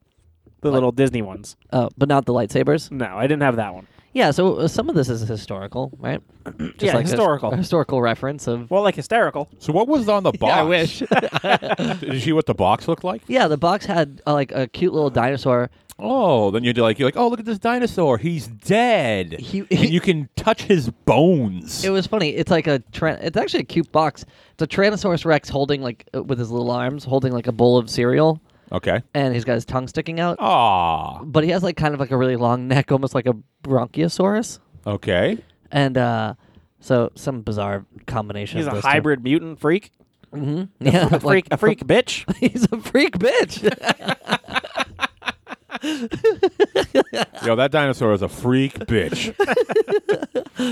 the little Disney ones. Uh, but not the lightsabers. No, I didn't have that one. Yeah, so uh, some of this is historical, right? Just Yeah, a- historical. a historical reference of Well, like hysterical. So, what was on the box? I wish. Did you see what the box looked like? Yeah, the box had uh, like a cute little dinosaur. Oh, then you're like, you're like, oh, look at this dinosaur. He's dead. He- and you can touch his bones. It was funny. It's like a tra- it's actually a cute box. It's a Tyrannosaurus Rex holding like uh, with his little arms holding like a bowl of cereal, okay. and he's got his tongue sticking out. Oh. Ah. But he has like kind of like a really long neck, almost like a bronchiosaurus, Okay. and uh, so some bizarre combination. He's of a those two. hybrid mutant freak. yeah, A freak, a freak bitch. he's a freak bitch. Yo, that dinosaur is a freak bitch.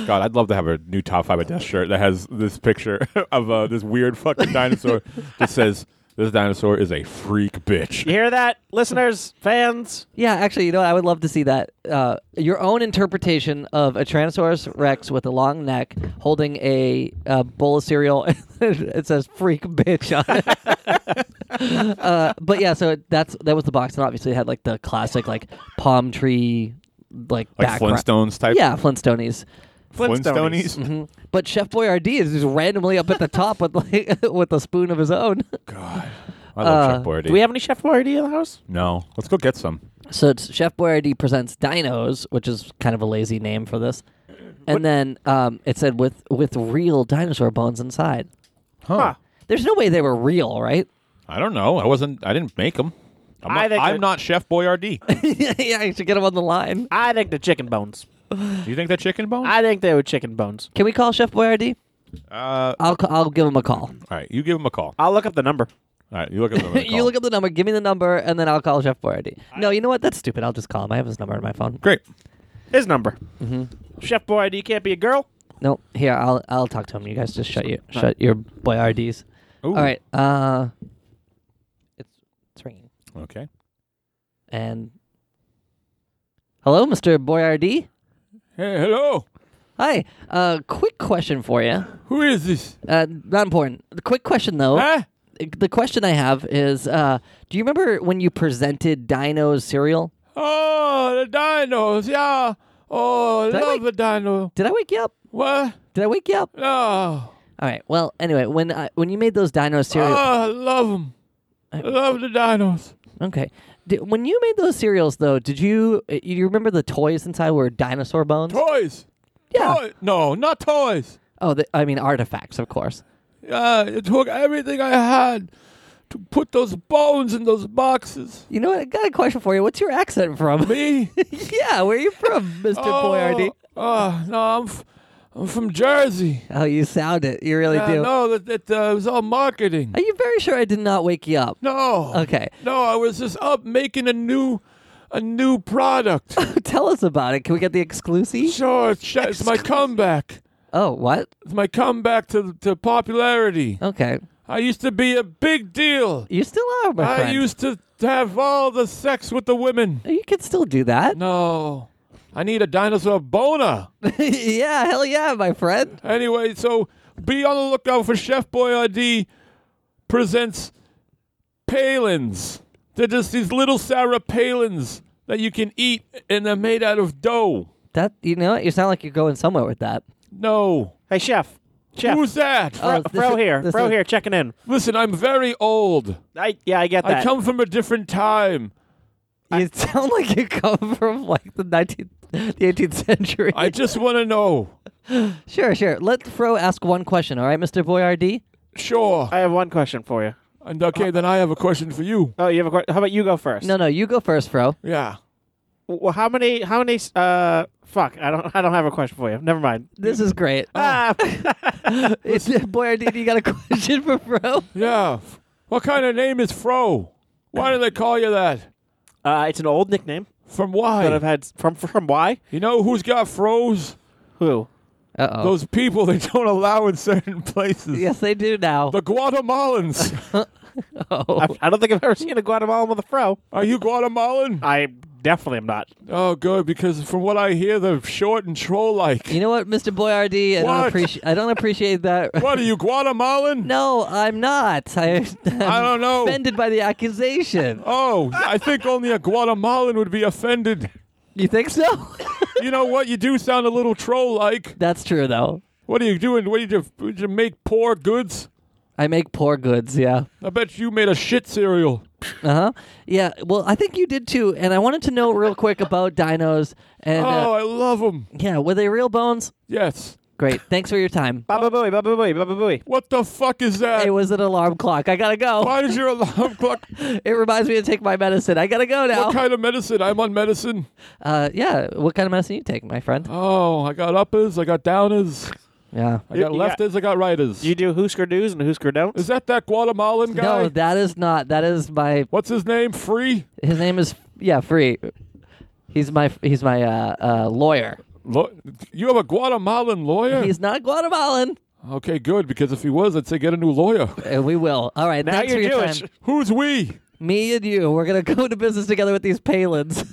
God, I'd love to have a new top five of death shirt that has this picture of uh, this weird fucking dinosaur that says This dinosaur is a freak bitch. You hear that, listeners, fans? Yeah, actually, you know, what? I would love to see that. Uh, your own interpretation of a Tyrannosaurus Rex with a long neck holding a uh, bowl of cereal. it says "freak bitch" on it. uh, but yeah, so that's that was the box, and obviously it had like the classic like palm tree like Like background. Flintstones type. Yeah, Mm-hmm. Flintstonies. Flintstonies. But Chef Boyardee is just randomly up at the top with like with a spoon of his own. God, I love Uh, Chef Boyardee. Do we have any Chef Boyardee in the house? no, let's go get some. So it's Chef Boyardee presents Dinos, which is kind of a lazy name for this. And then um, it said with with real dinosaur bones inside. Huh. There's no way they were real, right? I don't know. I wasn't. I didn't make them. I'm I not, think I'm it- not Chef Boyardee. yeah, you should get him on the line. I think the chicken bones. Do you think that chicken bone? I think they were chicken bones. Can we call Chef Boyardee? uh, I'll ca- I'll give him a call. all right, you give him a call. I'll look up the number. All right, you look at him. You look up the number, give me the number, and then I'll call Chef Boyardee. no, you know what? That's stupid. I'll just call him. I have his number on my phone. Great. His number. Chef Boyardee can't be a girl. No, here I'll I'll talk to him. You guys just shut your shut your Boyardees. Ooh. All right. Uh, it's it's ringing. Okay. And hello, Mr. Boyardee. Hey, hello. Hi. Uh, quick question for you. Who is this? Uh, not important. The quick question though. Huh? The question I have is, uh, do you remember when you presented Dino's cereal? Oh, the dinos. Yeah. Oh, Did I love make- the dino. Did I wake you up? What? Did I wake you up? Oh. All right. Well, anyway, when I, when you made those Dino cereal, Ah, I love them. I love the dinos. okay. Di- when you made those cereals though, did you uh, you remember the toys inside were dinosaur bones? Toys. Yeah. Toy- No, not toys. Oh, the, I mean artifacts, of course. Uh, it took everything I had to put those bones in those boxes. You know what? I got a question for you. What's your accent from? Me? yeah, where are you from, Mr. Boyardee? Oh, no, I'm, f- I'm from Jersey. Oh, you sound it. You really Yeah, do. no, that, that uh, was all marketing. Are you very sure I did not wake you up? No. Okay. No, I was just up making a new, a new product. Tell us about it. Can we get the exclusive? sure, it's, sh- it's my comeback. Oh, what? It's my comeback to to popularity. Okay. I used to be a big deal. You still are, my I friend. Oh, used to have all the sex with the women. you can still do that. No. I need a dinosaur boner. yeah, hell yeah, my friend. Anyway, so be on the lookout for Chef Boyardee presents Palins. They're just these little Sarah Palins that you can eat, and they're made out of dough. That you know what? You sound like you're going somewhere with that. No. Hey, Chef. Chef. Who's that? Oh, Bro, this bro is- Uh, here. this Bro is- here, checking in. Listen, I'm very old. I yeah, I get that. I come from a different time. You sound like you come from like the 19th, the 18th century. I just want to know. sure, sure. Let Fro ask one question, all right, Mr. Boyardee? Sure. I have one question for you. And okay, then I have a question for you. Oh, you have a question. How about you go first? No, no, you go first, Fro. Yeah. Well, how many? How many? Uh, fuck. I don't. I don't have a question for you. Never mind. This is great. Ah, It's- Boyardee, you got a question for Fro? Yeah. What kind of name is Fro? Why do they call you that? uh, it's an old nickname From why? that I've had s- from from why You know who's got froze? who. Uh oh. Those people they don't allow in certain places. Yes, they do now. The Guatemalans. I, I don't think I've ever seen a Guatemalan with a fro. Are you Guatemalan? I definitely am not. Oh, good, because from what I hear, they're short and troll like. You know what, Mr. Boyardee? I What? don't appreciate. I don't appreciate that. What are you, Guatemalan? No, I'm not. I, I'm I don't know. offended by the accusation. Oh, I think only a Guatemalan would be offended. You think so? You know what? You do sound a little troll like. That's true, though. What are you doing? What did you, did you make poor goods? I make poor goods. Yeah. I bet you made a shit cereal. Uh huh. Yeah. Well, I think you did too. And I wanted to know real quick about dinos. And uh, Oh, I love them. yeah, were they real bones? Yes. Great. Thanks for your time. Baba booey, baba booey, baba booey. What the fuck is that? It was an alarm clock. I gotta go. Why is your alarm clock? It reminds me to take my medicine. I gotta go now. What kind of medicine? I'm on medicine. uh, yeah. What kind of medicine you take, my friend? Oh, I got uppers, I got downers, yeah. I got you got- lefters, I got righters. Do you do Hoosker do's and Hoosker don'ts? is that that Guatemalan guy? No, that is not. That is my What's his name? Free? His name is yeah, free. He's my he's my uh, uh, lawyer. Lo- you have a Guatemalan lawyer? Hmm. He's not Guatemalan. Okay, good, because if he was, I'd say get a new lawyer. And we will. All right. Now thanks you're for your Jewish. time. Who's we? Me and you, we're gonna go into business together with these Palins.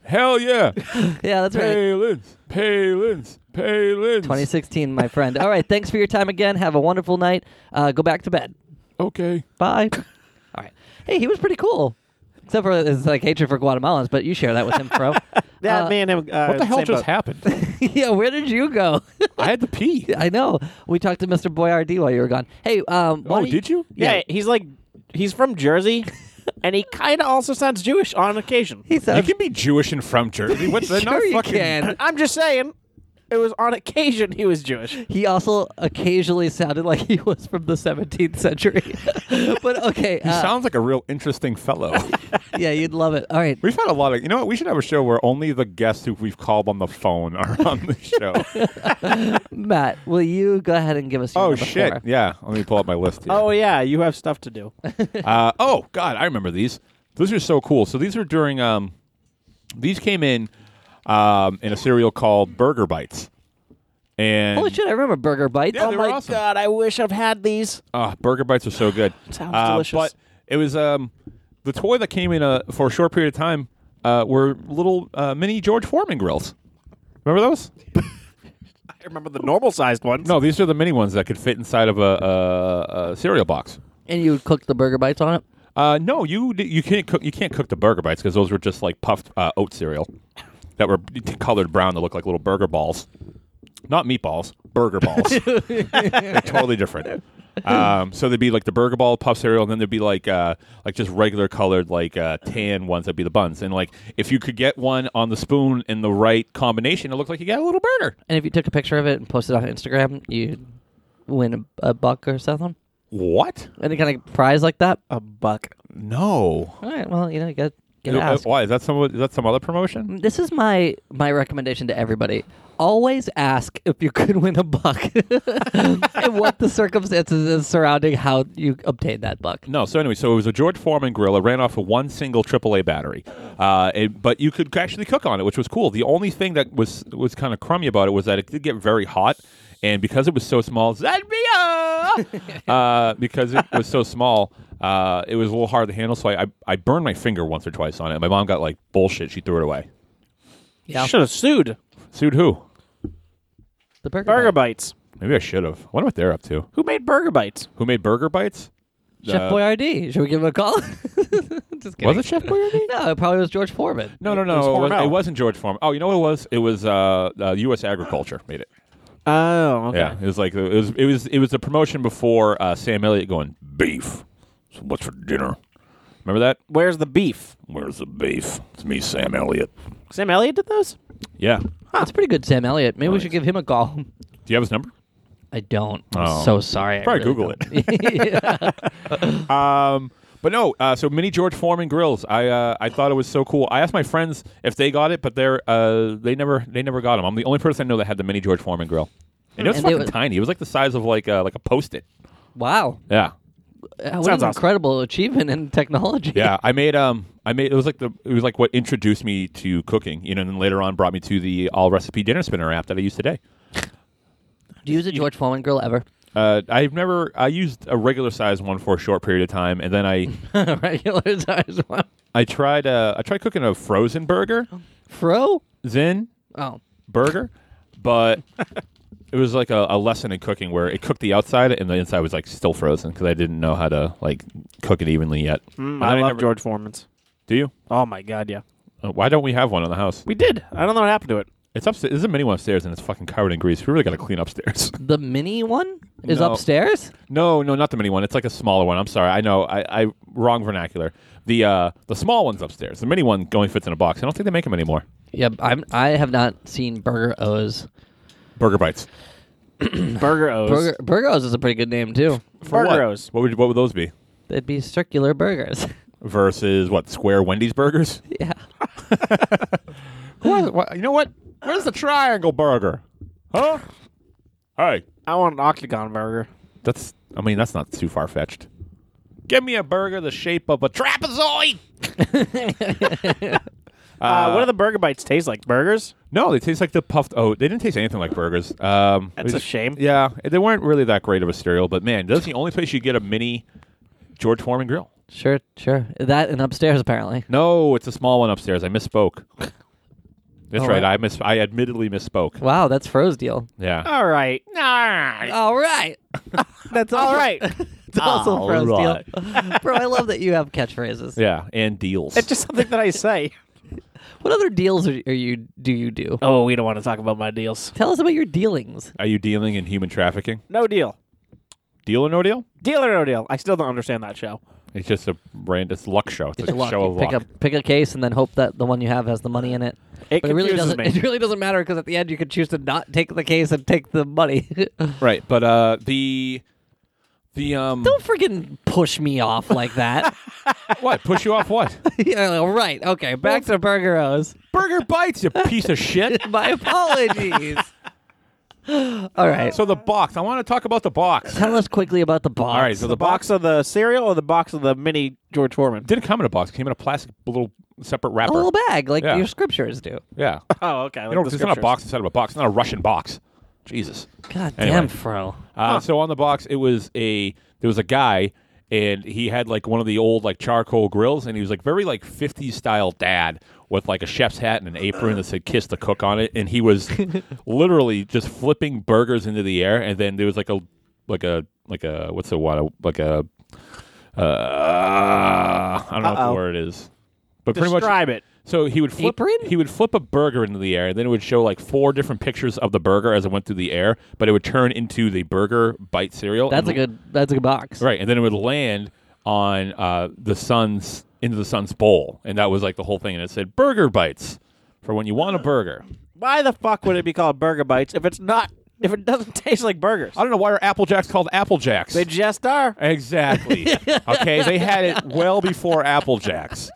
Hell yeah. yeah, that's right. Palins, Palins, Palins. 2016, my friend. All right. Thanks for your time again. Have a wonderful night. Uh, go back to bed. Okay. Bye. All right. Hey, he was pretty cool. Except for his like hatred for Guatemalans, but you share that with him, bro. That Uh, man. Him, uh, What the hell same just boat. happened? yeah, where did you go? I had to pee. I know. We talked to Mr. Boyardee while you were gone. Hey, um, why Oh, don't did you? Yeah, he's like, he's from Jersey, and he kind of also sounds Jewish on occasion. He You sounds can be Jewish and from Jersey. What's sure that? Not you fucking. can. I'm just saying, it was on occasion he was Jewish. He also occasionally sounded like he was from the 17th century. but okay, He uh, sounds like a real interesting fellow. yeah, you'd love it. All right. we've had a lot of. You know what? We should have a show where only the guests who we've called on the phone are on the show. Matt, will you go ahead and give us your oh number shit! four? Yeah, let me pull up my list. Here. Oh yeah, you have stuff to do. Uh, oh God, I remember these. These are so cool. So these are during. Um, these came in um, in a cereal called Burger Bites, and Holy shit, I remember Burger Bites. Yeah, oh they were my awesome. god, I wish I've had these. Ah, burger bites are so good. Sounds Uh, delicious. But it was um, the toy that came in uh, for a short period of time uh, were little uh, mini George Foreman grills. Remember those? I remember the normal sized ones. No, these are the mini ones that could fit inside of a, a, a cereal box. And you would cook the Burger Bites on it? Uh, no, you d- you can't cook you can't cook the burger bites because those were just like puffed uh, oat cereal that were t- colored brown to look like little burger balls, not meatballs, burger balls. They're totally different. Um, so there'd be like the burger ball puff cereal, and then there'd be like uh, like just regular colored like uh, tan ones that'd be the buns. And like if you could get one on the spoon in the right combination, it looked like you got a little burger. And if you took a picture of it and posted it on Instagram, you'd win a, a buck or something? What? Any kind of prize like that? A buck. No. All right, well, you know, you got to Uh, asked. Why is that some is that some other promotion? This is my my recommendation to everybody. Always ask if you could win a buck and what the circumstances is surrounding how you obtained that buck. No, so anyway, so it was a George Foreman grill. It ran off of one single AAA battery, uh, it, but you could actually cook on it, which was cool. The only thing that was was kind of crummy about it was that it did get very hot, and because it was so small, Zadvia, uh, because it was so small, uh, it was a little hard to handle. So I, I I burned my finger once or twice on it. My mom got like bullshit. She threw it away. Yeah. Should have sued. Sued who? The burger, Burger Bite. bites. Maybe I should have. Wonder what they're up to. Who made burger bites? Who made burger bites? Uh, Chef Boyardee. Should we give him a call? Just kidding. Was it Chef Boyardee? No, it probably was George Foreman. No, no, no. was It, was, Hormel. it wasn't George Foreman. Oh, you know what it was? It was uh, uh, U.S. Agriculture made it. Oh, okay. Yeah, it was like it was it was it was the promotion before uh, Sam Elliott going beef. So what's for dinner? Remember that? Where's the beef? Where's the beef? It's me, Sam Elliott. Sam Elliott did those? Yeah. That's pretty good, Sam Elliott. Maybe we should give him a call. Do you have his number? I don't. I'm Oh. so sorry. I Probably really Google it. don't. Yeah. Um, but no, uh, so mini George Foreman grills. I uh, I thought it was so cool. I asked my friends if they got it, but they're uh, they never they never got them. I'm the only person I know that had the mini George Foreman grill. And it was And they fucking were- tiny. It was like the size of like uh, like a post it. Wow. Yeah. Uh, What Sounds an awesome. incredible achievement in technology. Yeah, I made um, I made it was like the it was like what introduced me to cooking, you know, and then later on brought me to the all recipe dinner spinner app that I use today. Do you use a George Foreman grill ever? Uh, I've never I used a regular size one for a short period of time, and then I Regular size one. I tried uh, I tried cooking a frozen burger, Fro? Zen Oh. burger, but it was like a, a lesson in cooking where it cooked the outside and the inside was like still frozen because I didn't know how to like cook it evenly yet. And Mm, I then love never- George Foreman's. Do you? Oh my god, yeah. Uh, Why don't we have one in the house? We did. I don't know what happened to it. It's upstairs. There's a mini one upstairs, and it's fucking covered in grease. We really got to clean upstairs. The mini one is No. upstairs? No, no, not the mini one. It's like a smaller one. I'm sorry. I know. I, I wrong vernacular. The uh, the small one's upstairs. The mini one only fits in a box. I don't think they make them anymore. Yeah, I'm, I have not seen Burger O's. Burger bites. Burger O's. Burger, Burger O's is a pretty good name, too. For what? Burger O's. What would what would those be? They'd be circular burgers. Versus what? Square Wendy's burgers. yeah. What, what- You know what? Where's the triangle burger? Huh? Hey, I want an octagon burger. that's. I mean, that's not too far fetched. Give me a burger the shape of a trapezoid. Uh, what do the burger bites taste like? Burgers? No, they taste like the puffed oat. They didn't taste anything like burgers. Um, That's they a shame. Yeah, they weren't really that great of a cereal, but man, that's the only place you get a mini George Foreman grill. Sure, sure. That and upstairs apparently. No, it's a small one upstairs. I misspoke. That's Oh, right. wow. I mis- I admittedly misspoke. Wow, that's Froze deal. Yeah. All right. All right. That's all right. It's also All Froze right. deal. Bro, I love that you have catchphrases. Yeah, and deals. it's just something that I say. What other deals are, are you do you do? Oh, we don't want to talk about my deals. Tell us about your dealings. Are you dealing in human trafficking? No deal. Deal or no deal? Deal or no deal. I still don't understand that show. It's just a brand. It's luck show. It's, a luck. show You of pick luck. a pick a case and then hope that the one you have has the money in it. It but it really confuses doesn't. me. It really doesn't matter because at the end you could choose to not take the case and take the money. Right, but uh, the the um, Don't friggin' push me off like that. what push you off? What yeah, right. Okay, back to Burger O's. burger bites? You piece of shit. My apologies. All right. So the box. I want to talk about the box. Tell us quickly about the box. All right, so the, the box of the cereal or the box of the mini George Foreman? didn't come in a box. It came in a plastic little separate a wrapper. little bag like Yeah. your scriptures do. Yeah, Oh, okay. I you Like know, it's not the a scriptures. box inside of a box. It's not a Russian box. Jesus. God Anyway. damn, Fro. Uh, So on the box, it was a there was a guy, and he had like one of the old like charcoal grills, and he was like very like '50s style dad with like a chef's hat and an apron that said "Kiss the Cook" on it, and he was literally just flipping burgers into the air, and then there was like a like a like a what's the one like a uh, I don't know what the Uh-oh. word is, but pretty much Describe it. so he would flip Apron? he would flip a burger into the air, and then it would show like four different pictures of the burger as it went through the air, but it would turn into the burger bite cereal. That's a and- good. That's a good box. right, and then it would land on uh, the sun's into the sun's bowl, and that was like the whole thing. And it said burger bites for when you want a burger. Why the fuck would it be called Burger Bites if it's not? If it doesn't taste like burgers, I don't know why are Apple Jacks called Apple Jacks. they just are. exactly. okay, they had it well before Apple Jacks.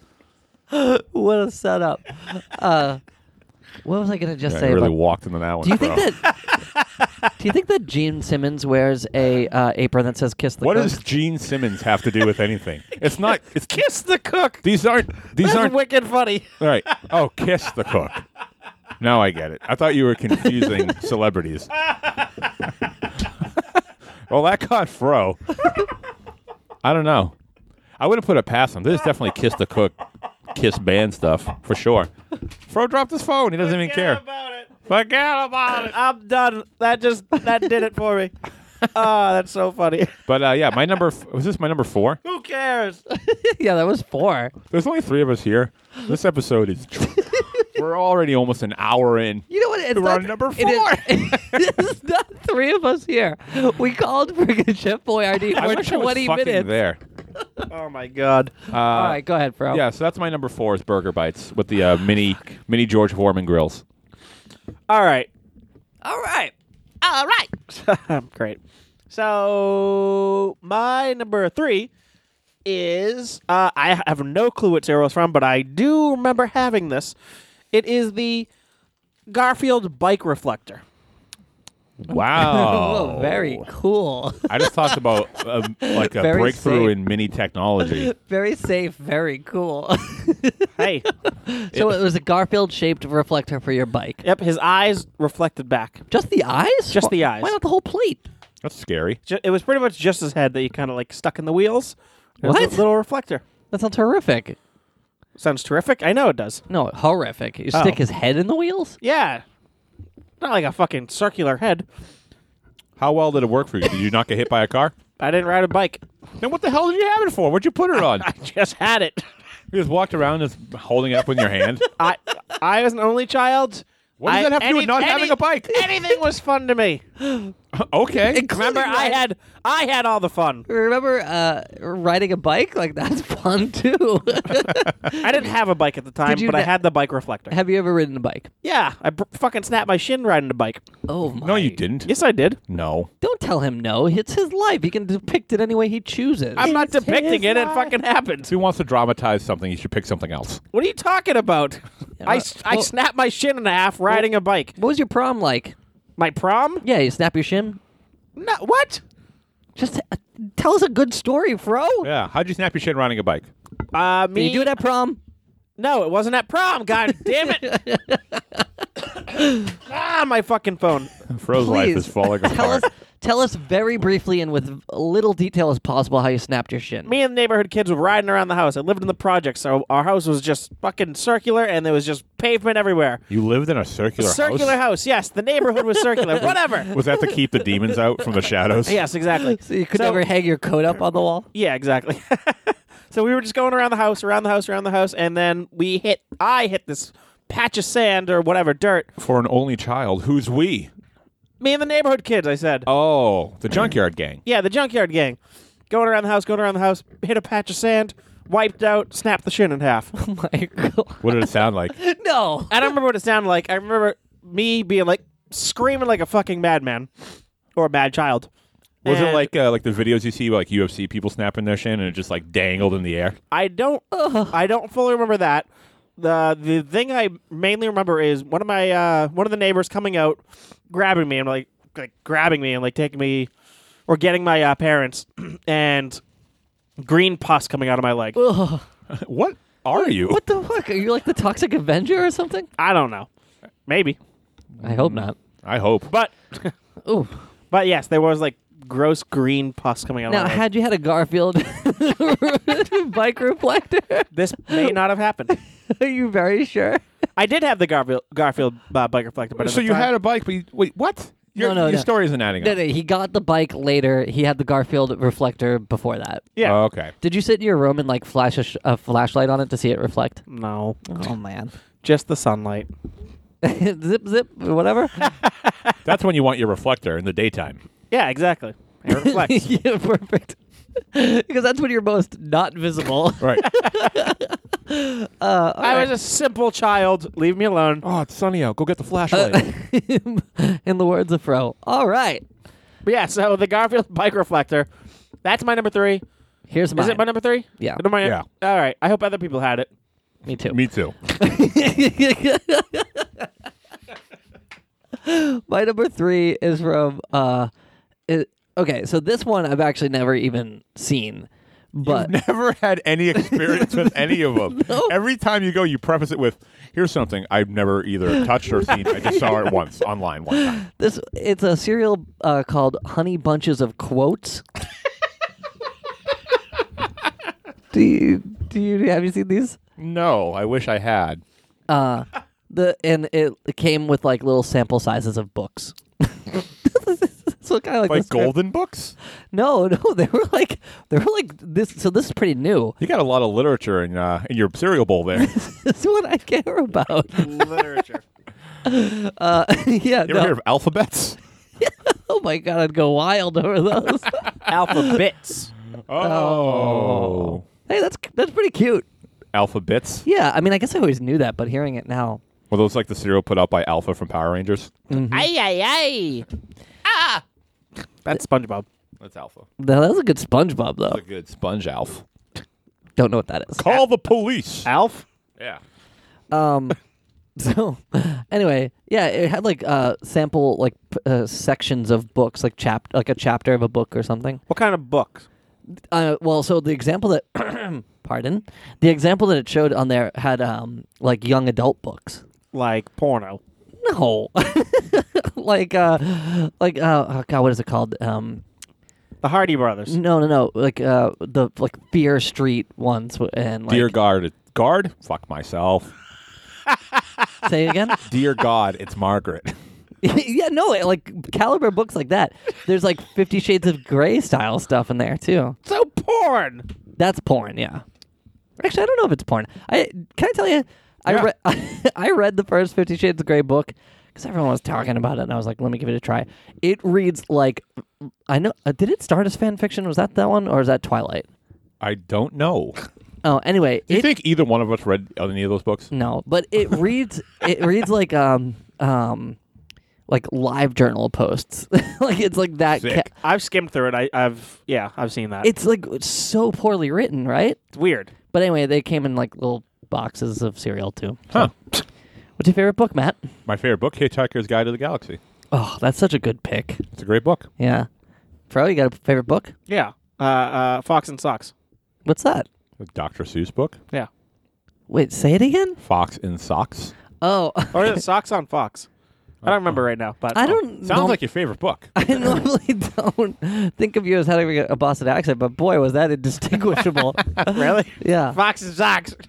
What a setup. Uh, what was I gonna just I say? really about- walked into that one. do you think bro. that? do you think that Gene Simmons wears a uh, apron that says "Kiss the"? What Cook? does Gene Simmons have to do with anything? It's not. It's Kiss the cook. These aren't. These That's aren't. wicked funny. All right. Oh, kiss the cook. Now I get it. I thought you were confusing celebrities. well, that caught Fro. I don't know. I wouldn't put it past him. This is definitely kiss the cook, kiss band stuff for sure. Fro dropped his phone. He doesn't even care. about it. Forget about it. I'm done. That just that did it for me. Oh, that's so funny. But uh, yeah, my number f- was this my number four. Who cares? yeah, that was four. There's only three of us here. This episode is. we're already almost an hour in. You know what? It's We're not, on number it is- it's not three of us here. We called friggin' Chef Boyardee I for wish I was twenty fucking minutes. there. Uh, Oh my god. All right, go ahead, bro. Yeah, so that's my number four is Burger Bites with the uh, mini mini George Foreman grills. All right. All right. All right. Great. So my number three is uh, I have no clue what cereal it's from, but I do remember having this. It is the Garfield bike reflector. Wow, Oh, very cool. I just talked about uh, like a Very breakthrough safe. in mini technology. very safe. Very cool. Hey, so it was a Garfield-shaped reflector for your bike. yep, his eyes reflected back. Just the eyes? Just Wh- the eyes. Why not the whole plate? That's scary. Ju- It was pretty much just his head that he kind of like stuck in the wheels. It was What? a little reflector. That sounds horrific. Sounds terrific. I know it does. No, horrific. You stick Oh. his head in the wheels? Yeah. Not like a fucking circular head. How well did it work for you? Did you not get hit by a car? I didn't ride a bike. Then what the hell did you have it for? What'd you put it on? I just had it. You just walked around just holding it up with your hand. I I was an only child. What does I- that have to do with any- not any- having a bike? Anything was fun to me. okay. Remember, I riding- had I had all the fun. Remember uh, riding a bike? Like, that's fun too. I didn't have a bike at the time, Did you but I ne- had the bike reflector. Have you ever ridden a bike? yeah, I br- fucking snapped my shin riding a bike. Oh, my. No, you didn't. Yes, I did. No. Don't tell him no. It's his life. He can depict it any way he chooses. I'm not depicting it. It life. fucking happened. If he wants to dramatize something, he should pick something else. What are you talking about? I, well- s- I well- snapped my shin in half riding a bike. what was your prom like? My prom? Yeah, you snap your shin. No, what? Just uh, tell us a good story, Fro. Yeah. How'd you snap your shit riding a bike? Uh, Did me? you do it at prom? No, it wasn't at prom. God damn it! ah, my fucking phone. Fro's life is Please, falling Tell us, apart. tell us very briefly and with little detail as possible how you snapped your shin. Me and the neighborhood kids were riding around the house. I lived in the projects, so our house was just fucking circular, and there was just pavement everywhere. You lived in a circular, circular house. house. Yes, the neighborhood was circular. Whatever. Was that to keep the demons out from the shadows? Yes, exactly. So you could never hang your coat up on the wall. Yeah, exactly. so we were just going around the house, around the house, around the house, and then we hit. I hit this patch of sand or whatever dirt. For an only child, who's we? Me and the neighborhood kids. I said. Oh, the junkyard gang. Yeah, the junkyard gang. Going around the house, going around the house, hit a patch of sand, wiped out, snapped the shin in half. and Oh My God. What did it sound like? No. I don't remember what it sounded like. I remember me being like screaming like a fucking madman or a mad child. Was it And like uh, like the videos you see like UFC people snapping their shin and it just like dangled in the air? I don't I don't fully remember that. The the thing I mainly remember is one of my uh, one of the neighbors coming out, grabbing me and like like grabbing me and like taking me or getting my uh, parents and green pus coming out of my leg. Ugh. What are you? What the fuck? Are you like the Toxic Avenger or something? I don't know. Maybe. I hope not. I hope. But Ooh. But yes, there was like gross green pus coming out. Now, of my had you had a Garfield bike reflector, this may not have happened. are you very sure? I did have the Garfield Garfield uh, bike reflector, but at so the you time- had a bike, but you, wait, what? Your, No, no, your no. story isn't adding No, up. no, he got the bike later. He had the Garfield reflector before that. yeah. Oh, okay. Did you sit in your room and like flash a, sh- a flashlight on it to see it reflect? no, Oh man, just the sunlight. zip zip, whatever. That's when you want your reflector in the daytime. Yeah, exactly. It reflects. yeah, perfect. because that's when you're most not visible. Right. I was a simple child. Leave me alone. oh, it's sunny out. Go get the flashlight. in the words of Fro. All right, But yeah, so the Garfield bike reflector. That's my number three. here's mine. Is it my number three? Yeah. Number nine? Yeah. All right. I hope other people had it. Me too. Me too. My number three is from. uh it, Okay, so this one I've actually never even seen, but Never had any experience with any of them. Every time you go, you preface it with, "Here's something I've never either touched or seen. I just saw it once online one time." this it's a cereal uh, called Honey Bunches of Quotes. do you do you have you seen these? Uh, No, I wish I had. The and it came with like little sample sizes of books. so kind of like, Like this- golden books. No, no, they were like they were like this. So this is pretty new. You got a lot of literature in uh, in your cereal bowl there. you This is what I care about. Uh, Literature. yeah. ever no. hear of alphabets? Oh my god, I'd go wild over those. Alphabets. Oh, hey, that's that's pretty cute. alphabets. Yeah, I mean, I guess I always knew that, but hearing it now, Were those like the cereal put out by Alpha from Power Rangers? Ay ay ay. Ah. That's SpongeBob. That's Alpha. no, that was a good SpongeBob though. A good sponge Alf. Don't know what that is. Call the police. Alf. Yeah. Um, so anyway, yeah, it had like uh sample like p- uh, sections of books, like chap like a chapter of a book or something. What kind of books? Uh, well, so the example that pardon, the example that it showed on there had um like young adult books. Like porno. No, like uh, like uh, oh god, what is it called? Um, The Hardy Brothers. Mm. No, no, no. Like uh, the like Fear Street ones, w- and like Dear guard, guard. Fuck myself. say it again. Dear God, it's Margaret. yeah, no, it, like caliber books like that. There's like Fifty Shades of Grey style stuff in there too. So porn. That's porn, yeah. Actually, I don't know if it's porn. I can I tell you, I Yeah. re- I read the first Fifty Shades of Grey book because everyone was talking about it, and I was like, let me give it a try. It reads like I know. Uh, did it start as fan fiction? Was that that one, or is that Twilight? I don't know. Oh, anyway, Do you it, Mm, think either one of us read any of those books? No, but it reads it reads like um um like live journal posts. like it's like that. Sick. I've skimmed through it. I, I've yeah, I've seen that. it's like so poorly written, right? It's weird. But anyway, they came in like little boxes of cereal too. Huh. What's your favorite book, Matt? My favorite book, Hitchhiker's Guide to the Galaxy. Oh, that's such a good pick. It's a great book. Yeah, Fro, you got a favorite book? Yeah. Uh, uh, Fox and Socks. What's that? A Dr. Seuss book. Yeah. Wait, say it again. Fox in Socks. Oh, Or is it Socks on Fox? I don't remember right now, but I don't. Sounds know- like your favorite book. I normally don't think of you as having a Boston accent, but boy, was that indistinguishable. really. yeah. Fox and Sox.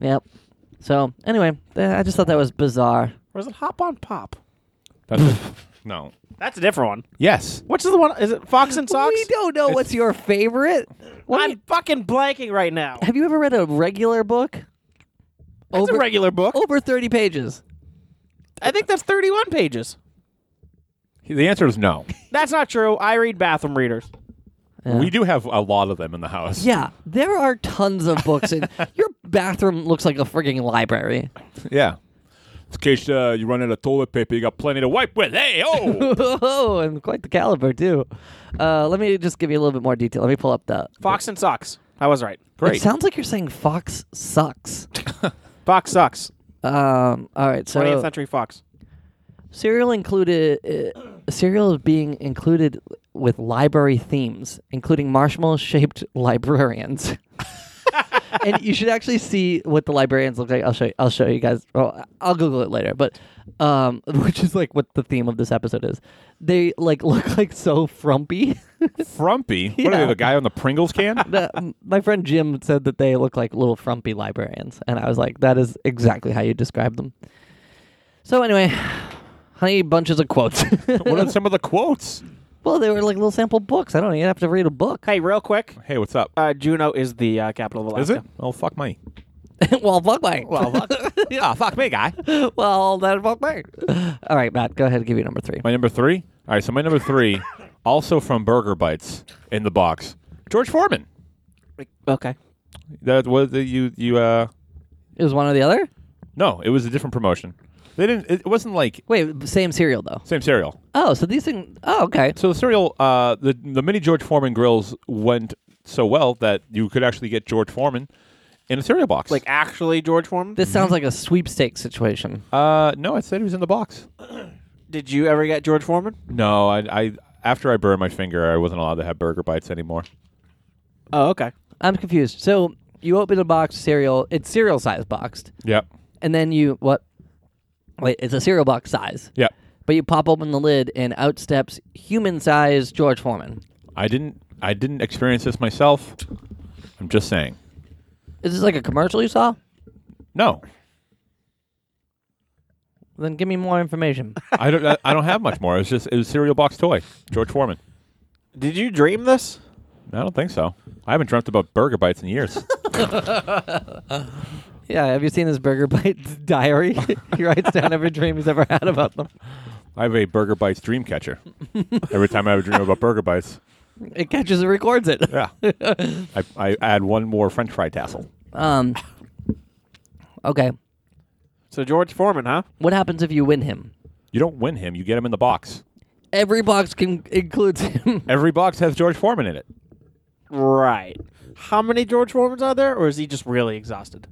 Yep. So anyway, th- I just thought that was bizarre. Or is it Hop on Pop? That's it. No. That's a different one. Yes. Which is the one? Is it Fox and Sox? We don't know what's your favorite. What do I'm you- fucking blanking right now. have you ever read a regular book? It's a regular book. Over thirty pages. I think that's 31 pages. The answer is no. That's not true. I read bathroom readers. Yeah. We do have a lot of them in the house. Yeah, there are tons of books, and your bathroom looks like a frigging library. Yeah. In case uh, you run out of toilet paper, you got plenty to wipe with. Hey, oh! Oh, and quite the caliber too. Uh, let me just give you a little bit more detail. Let me pull up the. Fox and Sox. I was right. It Great. sounds like you're saying Fox sucks. Fox Sox. Um, all right, 20th so Century Fox. serial included uh, serial is being included with library themes, including marshmallow-shaped librarians. and you should actually see what the librarians look like. I'll show you. I'll show you guys. Well, I'll Google it later, but um, which is like what the theme of this episode is. They like look like so frumpy. Frumpy. What are Yeah. they, the guy on the Pringles can? the, my friend Jim said that they look like little frumpy librarians, and I was like, that is exactly how you describe them. So anyway, honey, bunches of quotes. what are some of the quotes? well, they were like little sample books. I don't even have to read a book. Hey, real quick. Hey, what's up? Uh, Juneau is the uh, capital of Alaska. Is it? Oh, fuck me. well, fuck my. Well, Yeah, fuck me, guy. well, that fuck my. All right, Matt, go ahead and give you number three. My number three? All right, so my number three, also from Burger Bites in the box, George Foreman. Okay. That was the, you, you, uh, It was one or the other. no, it was a different promotion. They didn't, it wasn't like Wait, same cereal though. same cereal. Oh, so these things. Oh, okay. So the cereal, uh, the the mini George Foreman grills went so well that you could actually get George Foreman in a cereal box. Like actually George Foreman? This sounds like a sweepstakes situation. uh, no, I said he was in the box. Did you ever get George Foreman? Mm. No, I, I after I burned my finger, I wasn't allowed to have burger bites anymore. Oh, okay. I'm confused. So you open a box of cereal. It's cereal size boxed. Yep, and then you what? Wait, it's a cereal box size. yep. But you pop open the lid, and out steps human-sized George Foreman. I didn't, I didn't experience this myself. I'm just saying. Is this like a commercial you saw? No, Then give me more information. I don't, I, I don't have much more. It was just it was cereal box toy, George Foreman. Did you dream this? I don't think so. I haven't dreamt about burger bites in years. yeah, have you seen his Burger Bites diary? he writes down every dream he's ever had about them. I have a burger bites dream catcher. Every time I have a dream about burger bites. It catches and records it. Yeah. I, I add one more French fry tassel. Um. Okay, So George Foreman, huh? what happens if you win him? You don't win him. You get him in the box. Every box can includes him. Every box has George Foreman in it. Right. How many George Foremans are there, or is he just really exhausted?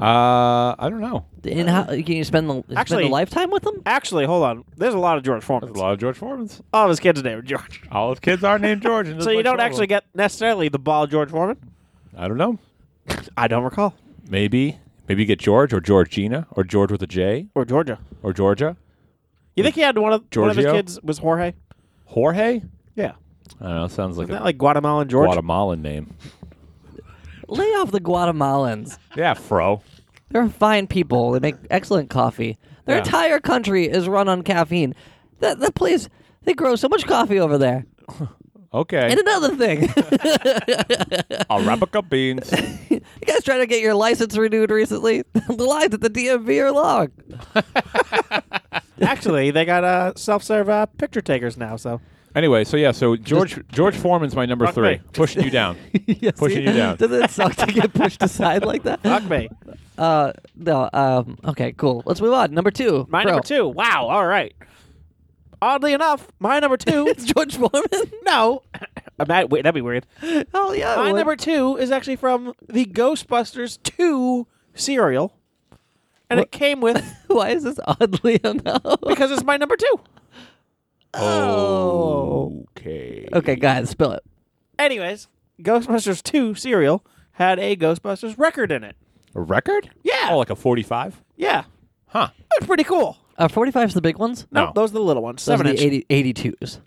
Uh, I don't know. And how can you spend the spend Actually- a lifetime with him? Actually, hold on. There's a lot of George Foremans. There's a lot of George Foremans. All of his kids are named George. All his kids are named George. and there's So you like don't four of actually them. get necessarily the ball George Foreman? I don't know. I don't recall. Maybe. Maybe you get George or Georgina or George with a J Or Georgia. or Georgia. You think he had one of one of his Giorgio? kids was Jorge? Jorge? Yeah. I don't know. Sounds like Isn't that a like Guatemalan George? Guatemalan name. Lay off the Guatemalans. Yeah, fro. They're fine people. They make excellent coffee. Their Yeah. entire country is run on caffeine. That that place, they grow so much coffee over there. Okay. And another thing, you Arabica beans. guys trying to get your license renewed recently? the lines at the DMV are long. Actually, they got uh, self-serve uh, picture takers now. So anyway, so yeah, so George George Foreman's my number Fuck three. me. Pushing you down. Yeah, Pushing you down. Doesn't it suck to get pushed aside like fuck that? me. Uh, no. Um, okay, cool. Let's move on. Number two. My Bro. number two. Wow. All right. Oddly enough, my number two. It's George Foreman. no. Uh, that- wait, that'd be weird. Hell yeah. it My would. number two is actually from the Ghostbusters two cereal, and it came with Why is this oddly enough? because it's my number two. Oh. Okay. Okay, guys, spill it. Anyways, Ghostbusters two cereal had a Ghostbusters record in it. A record? Yeah. Oh, like a 45? Yeah, Huh. it's pretty cool. Are 45s the big ones? No, No. those are the little ones. Those Seven are inch. the 80, 82s.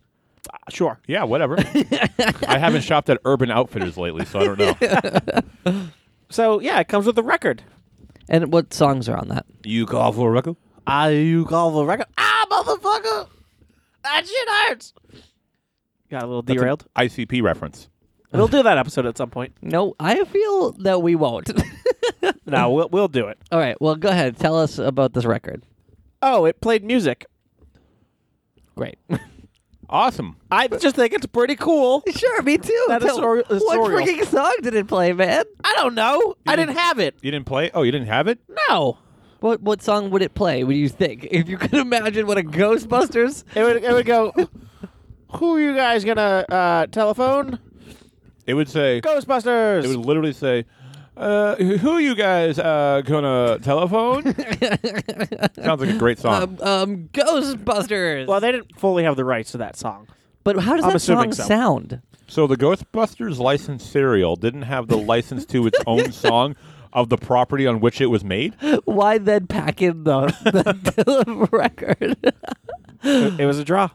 Ah, sure. Yeah, whatever. I haven't shopped at Urban Outfitters lately, so I don't know. So yeah, it comes with the record. And what songs are on that? you call for a record? Ah, you call the record? Ah, motherfucker! That shit hurts. Got a little derailed. ICP reference. we'll do that episode at some point. No, I feel that we won't. No, we'll we'll do it. All right. Well, go ahead. Tell us about this record. Oh, it played music. Great. Awesome. I just think it's pretty cool. sure, me too. That is Tell- sor- is what sorial. freaking song did it play, man? I don't know. I didn't have it. You didn't play? Oh, you didn't have it? No. What what song would it play? Would you think if you could imagine what a Ghostbusters? It would it would go. Who are you guys gonna uh, telephone? It would say. Ghostbusters. It would literally say, uh, "Who are you guys uh, gonna telephone?" Sounds like a great song. Um, um, Ghostbusters. well, they didn't fully have the rights to that song. but how does I'm that song assuming so. sound? so the Ghostbusters licensed serial didn't have the license to its own song of the property on which it was made. Why then pack in the, the record? It was a draw.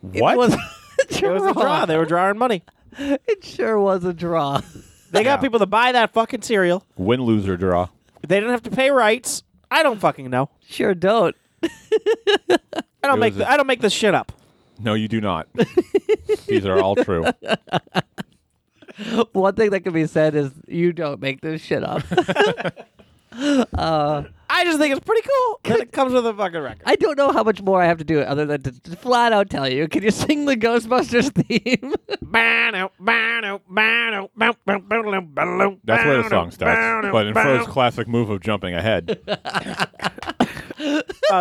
What? It was, a It draw. was a draw. They were drawing money. It sure was a draw. They got people to buy that fucking cereal. Win, lose, or draw. They didn't have to pay rights. I don't fucking know. Sure don't. I It don't make. was a- th- I don't make this shit up. No, you do not. These are all true. One thing that can be said is you don't make this shit up. I just think it's pretty cool that it comes with a fucking record. I don't know how much more I have to do other than to to flat out tell you. Can you sing the Ghostbusters theme? That's That's where the song starts. But in Fro's classic move of jumping ahead. Uh,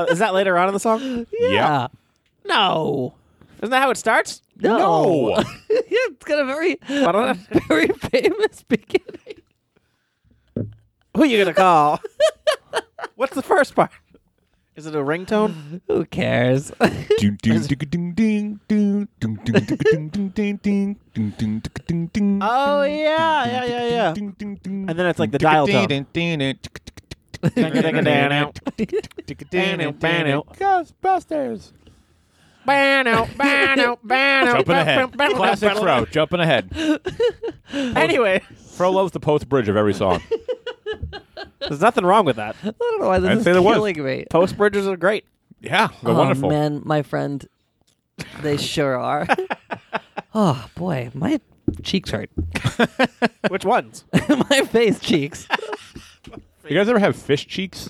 is that later on in the song? Yeah. No. Isn't that how it starts? No. No. yeah, it's got a very, Ba-da-da. very famous beginning. Who you gonna call? What's the first part? Is it a ringtone? Who cares? Ding, ding, ding, ding, ding, ding, ding, ding, ding, ding, ding, ding, ding, ding, ding, Oh yeah, yeah, yeah, yeah. And And then it's like the dial tone. Ghostbusters. Jumping ahead. Classic Fro, Anyway, jumping ahead. Fro loves the post bridge of every song. there's nothing wrong with that. I don't know why this I'd is say there was. killing me. Post bridges are great. Yeah, they're oh, wonderful. man, my friend, they sure are. oh boy, my cheeks hurt. Which ones? my face cheeks. You guys ever have fish cheeks?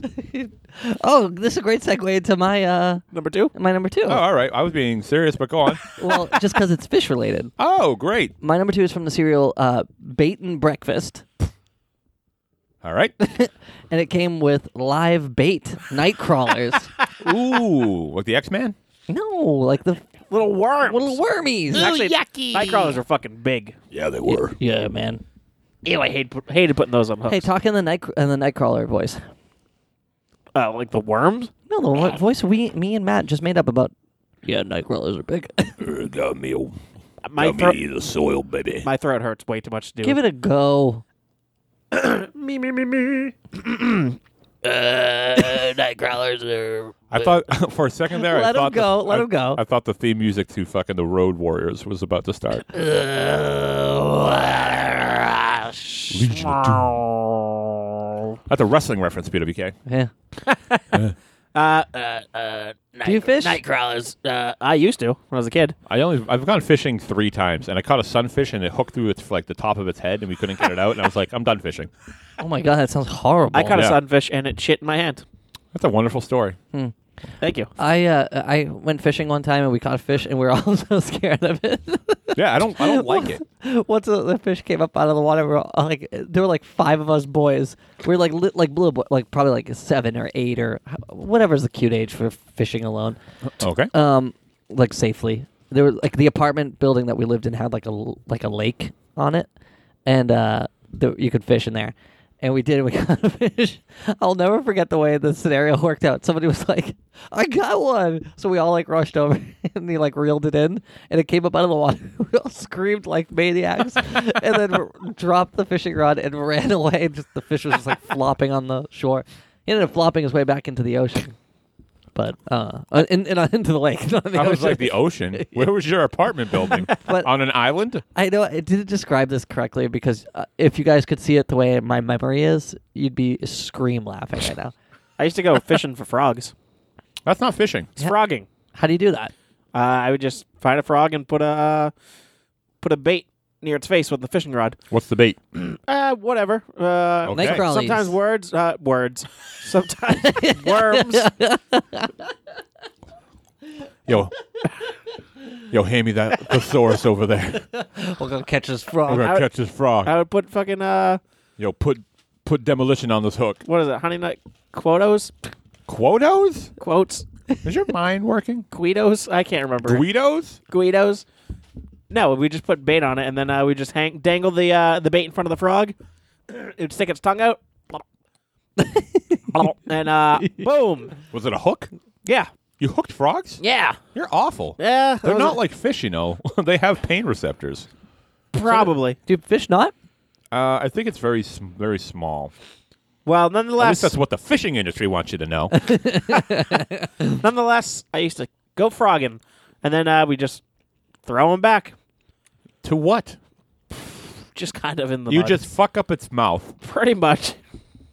Oh, this is a great segue into my uh Number two. my number two. Oh, all right. I was being serious, but go on. Well, just because it's fish related. Oh, great. My number two is from the cereal uh, Bait and Breakfast, All right. and it came with live bait night crawlers. Ooh, like the X Man? no, like the Little worms. little wormies. Actually, Nightcrawlers are fucking big. Yeah, they were. Yeah, man. Ew, I hate hated putting those on hooks. Hey, talk in the night in the nightcrawler voice. uh, like the worms. No, the one voice we, me and Matt just made up about. Yeah, nightcrawlers are big. Got me, My throat. the soil, baby. My throat hurts way too much to do. Give it a go. me, me, me, me. I thought for a second there. I Let 'em thought the- go, let I- 'em go. I thought the theme music to fucking the Road Warriors was about to start. That's a wrestling reference, PWK. Yeah. Uh, Do you fish? Nightcrawlers. Uh, I used to when I was a kid. I only I've gone fishing three times, and I caught a sunfish, and it hooked through its like the top of its head, and we couldn't get it out. And I was like, I'm done fishing. Oh my god, that sounds horrible. I caught yeah. a sunfish and it shit in my hand. That's a wonderful story. Hmm. Thank you. I uh, I went fishing one time and we caught a fish and we were all so scared of it. Yeah, I don't I don't like it. Once the, the fish came up out of the water, we were all, like there were like five of us boys. We were like li- like little boy, like probably like seven or eight or h- whatever's the cute age for fishing alone. Okay. Uh, Um, like safely. There was like the apartment building that we lived in had like a l- like a lake on it, and uh, th- you could fish in there. And we did. We caught a fish. I'll never forget the way the scenario worked out. Somebody was like, "I got one," so we all like rushed over and he like reeled it in, and it came up out of the water. We all screamed like maniacs, and then r- dropped the fishing rod and ran away. Just the fish was just like flopping on the shore. He ended up flopping his way back into the ocean. but Uh, uh, in, in, into the lake. not the I was ocean. like the ocean. Where was your apartment building? But- On an island? I know I didn't describe this correctly because uh, if you guys could see it the way my memory is, you'd be scream laughing right now. I used to go fishing for frogs. That's not fishing. It's frogging. How do you do that? Uh, I would just find a frog and put a put a bait near its face with a fishing rod. What's the bait? Uh, whatever. Uh, Okay. Night crawlies. Sometimes words, uh, words. Sometimes worms. Yo. Yo, hand me that thesaurus over there. We're gonna catch this We're frog. gonna I- catch this frog. I would put fucking uh, Yo, put put demolition on this hook. what is it? Honey nut quotos, Quotos? quotes, Is your mind working? guidos. I can't remember. Guidos? guidos. No, we just put bait on it, and then uh, we just hang dangle the uh, the bait in front of the frog. it would stick its tongue out, and uh, boom. Was it a hook? Yeah, You hooked frogs? yeah, You're awful. yeah. They're that was not it. like fish, you know. they have pain receptors. probably. Do fish not? Uh, I think it's very sm- very small. Well, At nonetheless, least that's what the fishing industry wants you to know. nonetheless, I used to go frogging, and then uh, we just throw them back, to what? just kind of in the You mud. just fuck up its mouth. pretty much.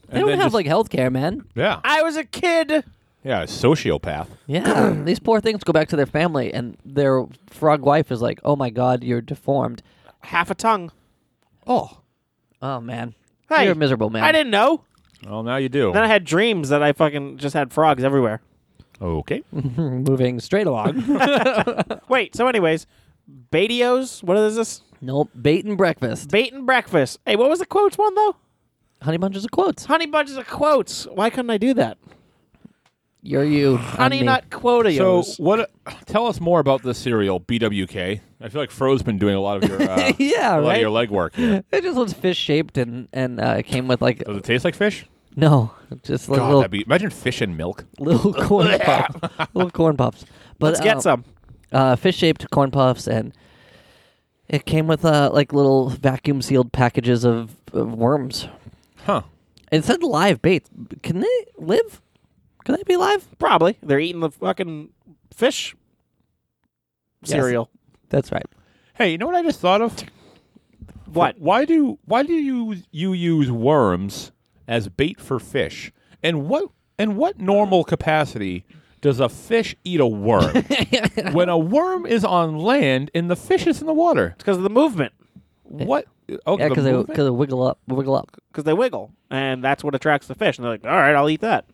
They don't then have just- like health care, man. Yeah. I was a kid. Yeah, a sociopath. Yeah, these poor things go back to their family, and their frog wife is like, "Oh my god, you're deformed." Half a tongue. Oh. Oh man, Hey, you're a miserable man. I didn't know. Well, now you do. Then I had dreams that I fucking just had frogs everywhere. Okay. Moving straight along. Wait, so anyways, Batios, what is this? nope, bait and breakfast. Bait and breakfast. Hey, what was the quotes one though? Honey bunches of quotes. Honey bunches of quotes. Why couldn't I do that? You're you. Honey I'm me. nut So, quotios. what? Tell us more about this cereal, BWK. I feel like Fro's been doing a lot of your uh, Yeah, a lot right? of your legwork. Here. It just was fish shaped and and uh, it came with like Does it taste like fish? no, just like God, little that'd be imagine fish and milk. little corn puffs, little corn puffs. But Let's get uh, some. uh, fish shaped corn puffs, and it came with uh, like little vacuum sealed packages of, of worms. Huh? It said live bait. Can they live? Can they be live? Probably. They're eating the fucking fish cereal. That's right. Hey, you know what I just thought of? What? Why do why do you you use worms as bait for fish? And what and what normal capacity does a fish eat a worm? when a worm is on land and the fish is in the water, Because of the movement. what? Oh, the Eh, Yeah, because they movement? because they wiggle up, wiggle up. Because they wiggle. And that's what attracts the fish. And they're like, all right, I'll eat that.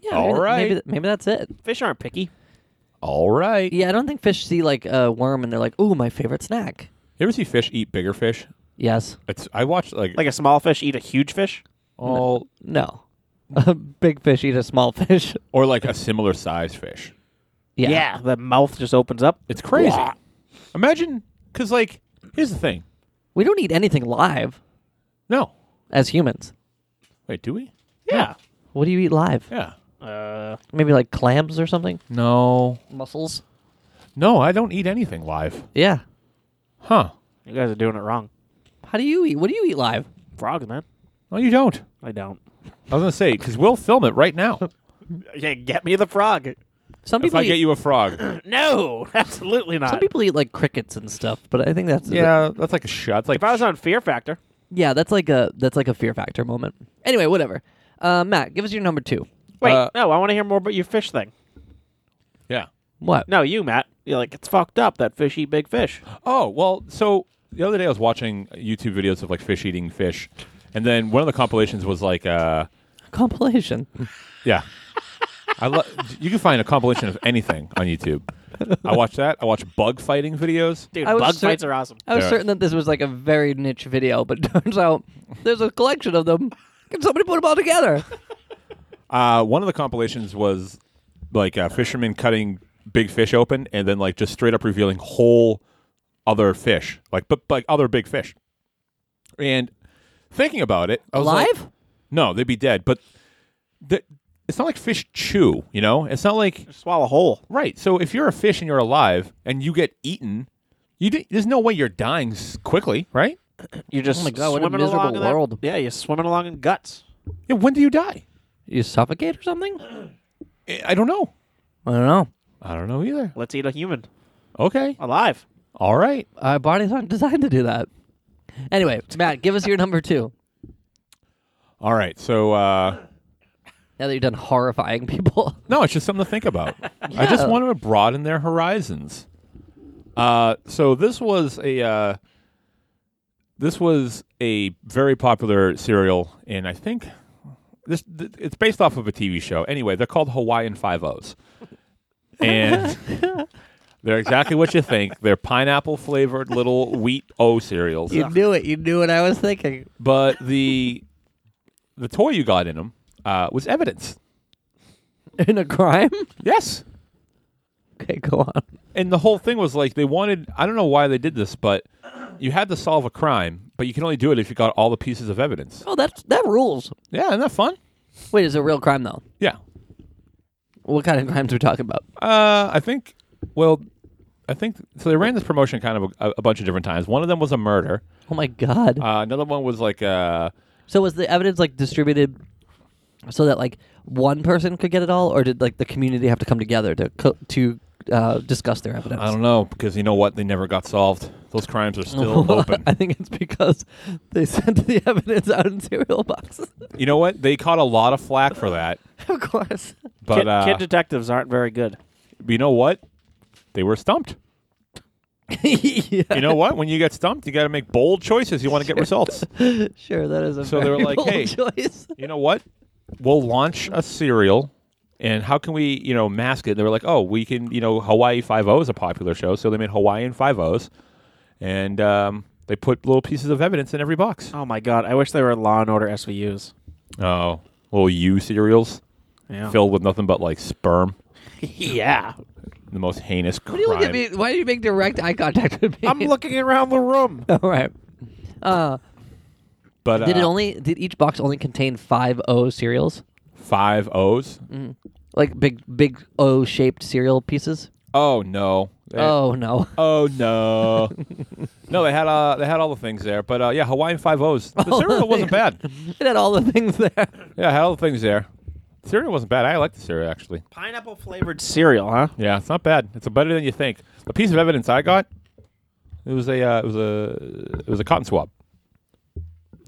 Yeah, All maybe, right. Maybe, th- maybe that's it. Fish aren't picky. all right. Yeah, I don't think fish see like a worm and they're like, "Ooh, my favorite snack." You ever see fish eat bigger fish? Yes. It's I watched like, Like a small fish eat a huge fish. all No. A big fish eat a small fish. or like a similar size fish. Yeah. The mouth just opens up. It's crazy. Imagine cuz like here's the thing. We don't eat anything live No. as humans. Wait, do we? Yeah. What do you eat live? Yeah. Uh, Maybe like clams or something. No. Mussels. No, I don't eat anything live. Yeah. Huh. you guys are doing it wrong. How do you eat? What do you eat live? Frogs, man. No, you don't. I don't. I was gonna say because we'll film it right now. Yeah, get me the frog. Some if people I eat, get you a frog, No, absolutely not. some people eat like crickets and stuff, but I think that's yeah, that's like a shot. It's like if I was on Fear Factor, yeah, that's like a that's like a fear factor moment. Anyway, whatever. Uh, Matt, give us your number two. wait, Uh, no, I want to hear more about your fish thing. yeah. What? No, you, Matt. You're like it's fucked up that fish eat big fish. Oh well, so the other day I was watching YouTube videos of like fish eating fish, and then one of the compilations was like, uh, Compilation. yeah, I lo- you can find a compilation of anything on YouTube. I watch that. I watch bug fighting videos. Dude, I was bug cer- fights are awesome. I was Yeah. certain that this was like a very niche video, but turns out there's a collection of them. Can somebody put them all together? Uh, one of the compilations was like uh, fishermen cutting big fish open, and then like just straight up revealing whole other fish, like but like other big fish. And thinking about it, I was like- Live? no, they'd be dead. But the, it's not like fish chew, you know. It's not like Swallow whole. right. So if you're a fish and you're alive and you get eaten, you di- there's no way you're dying s- quickly, right? You're just Oh my God, what a swimming miserable along in that- world. yeah, you're swimming along in guts. Yeah, when do you die? You suffocate or something? I I don't know. I don't know. I don't know either. Let's eat a human Okay. alive. All right. Our bodies aren't Uh, designed to do that. Anyway, Matt, give us your number two. All right. So uh, Now that you're done horrifying people. no, it's just something to think about. I just wanted to broaden their horizons. Uh, so this was a uh, this was a very popular serial, and I think this th- it's based off of a TV show. Anyway, they're called Hawaiian Five O's, and they're exactly what you think. They're pineapple flavored little wheat O cereals. knew it. You knew what I was thinking. but the the toy you got in them uh, was evidence. In a crime? Yes, Okay, go on. and the whole thing was like they wanted. I don't know why they did this, but you had to solve a crime, but you can only do it if you got all the pieces of evidence. Oh, that's that rules. Yeah, isn't that fun? Wait, is it a real crime though? Yeah, What kind of crimes are we talking about? uh, I think. Well, I think so. They ran this promotion kind of a, a bunch of different times. One of them was a murder. Oh my god. Uh, another one was like uh, so was the evidence like distributed so that like one person could get it all, or did like the community have to come together to co- to uh, discuss their evidence? I don't know because you know what? They never got solved. Those crimes are still open. I think it's because they sent the evidence out in cereal boxes. You know what? They caught a lot of flack for that, of course. but kid, uh, kid detectives aren't very good. you know what? They were stumped. yeah. You know what? When you get stumped, you got to make bold choices. You want to get results. Sure, that is a So they were very like, bold "Hey." choice. You know what? We'll launch a cereal, and how can we, you know, mask it? And they were like, oh, we can, you know, Hawaii Five O is a popular show, so they made Hawaiian Five O's, and um, they put little pieces of evidence in every box. Oh my god, I wish they were Law and Order SVUs. Oh, little U cereals Yeah. filled with nothing but like sperm, yeah. the most heinous crime. What do you look at me? Why do you make direct eye contact with me? I'm looking around the room. all right. Uh, But did it uh, only? Did each box only contain five O cereals? five O's? Mm. Like big, big O-shaped cereal pieces. Oh no! They- Oh no! Oh no, no! They had uh, they had all the things there, but uh, yeah, Hawaiian Five O's. The Oh, cereal wasn't bad. It had all the things there. Yeah, I had all the things there. The cereal wasn't bad. I like the cereal actually. Pineapple flavored cereal, huh? Yeah, it's not bad. It's better than you think. The piece of evidence I got, it was a uh, it was a it was a cotton swab.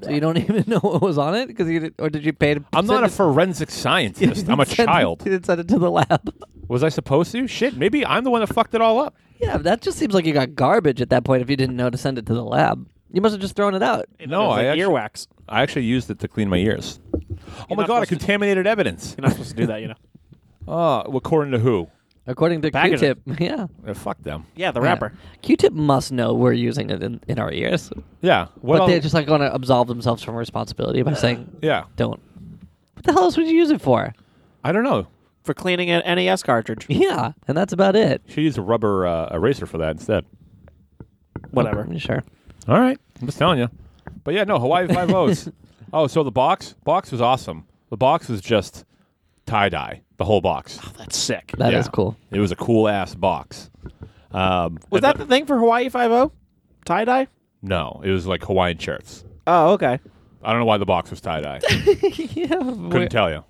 So you don't even know what was on it because you did, or did you pay? To I'm not a send forensic scientist. it- I'm a send it- child. You didn't send it to the lab. Was I supposed to? Shit, maybe I'm the one that fucked it all up. Yeah, but that just seems like you got garbage at that point. If you didn't know to send it to the lab, you must have just thrown it out. No, I It's actually, like earwax. I actually used it to clean my ears. Oh my not god, I supposed to- contaminated evidence. You're not supposed to do that, you know. Oh, according to who? According to Package it. Q-Tip, yeah. Uh, fuck them. Yeah, the Yeah. rapper. Q-Tip must know we're using it in, in our ears, Yeah. What but else- they're just like going to absolve themselves from responsibility by saying, yeah. "Don't." What the hell else would you use it for? I don't know. For cleaning an NES cartridge. Yeah, and that's about it. She used a rubber uh, eraser for that instead. Whatever. Sure. All right, I'm just telling you. But yeah, no Hawaii Five O's. oh, so the box box was awesome. The box was just tie dye, the whole box. Oh, That's sick. that is Yeah. cool. It was a cool ass box. Um, Was and that the- the thing for Hawaii Five O? Tie dye? no? It was like Hawaiian shirts. Oh, okay. I don't know why the box was tie dye. yeah. Couldn't Weird, tell you.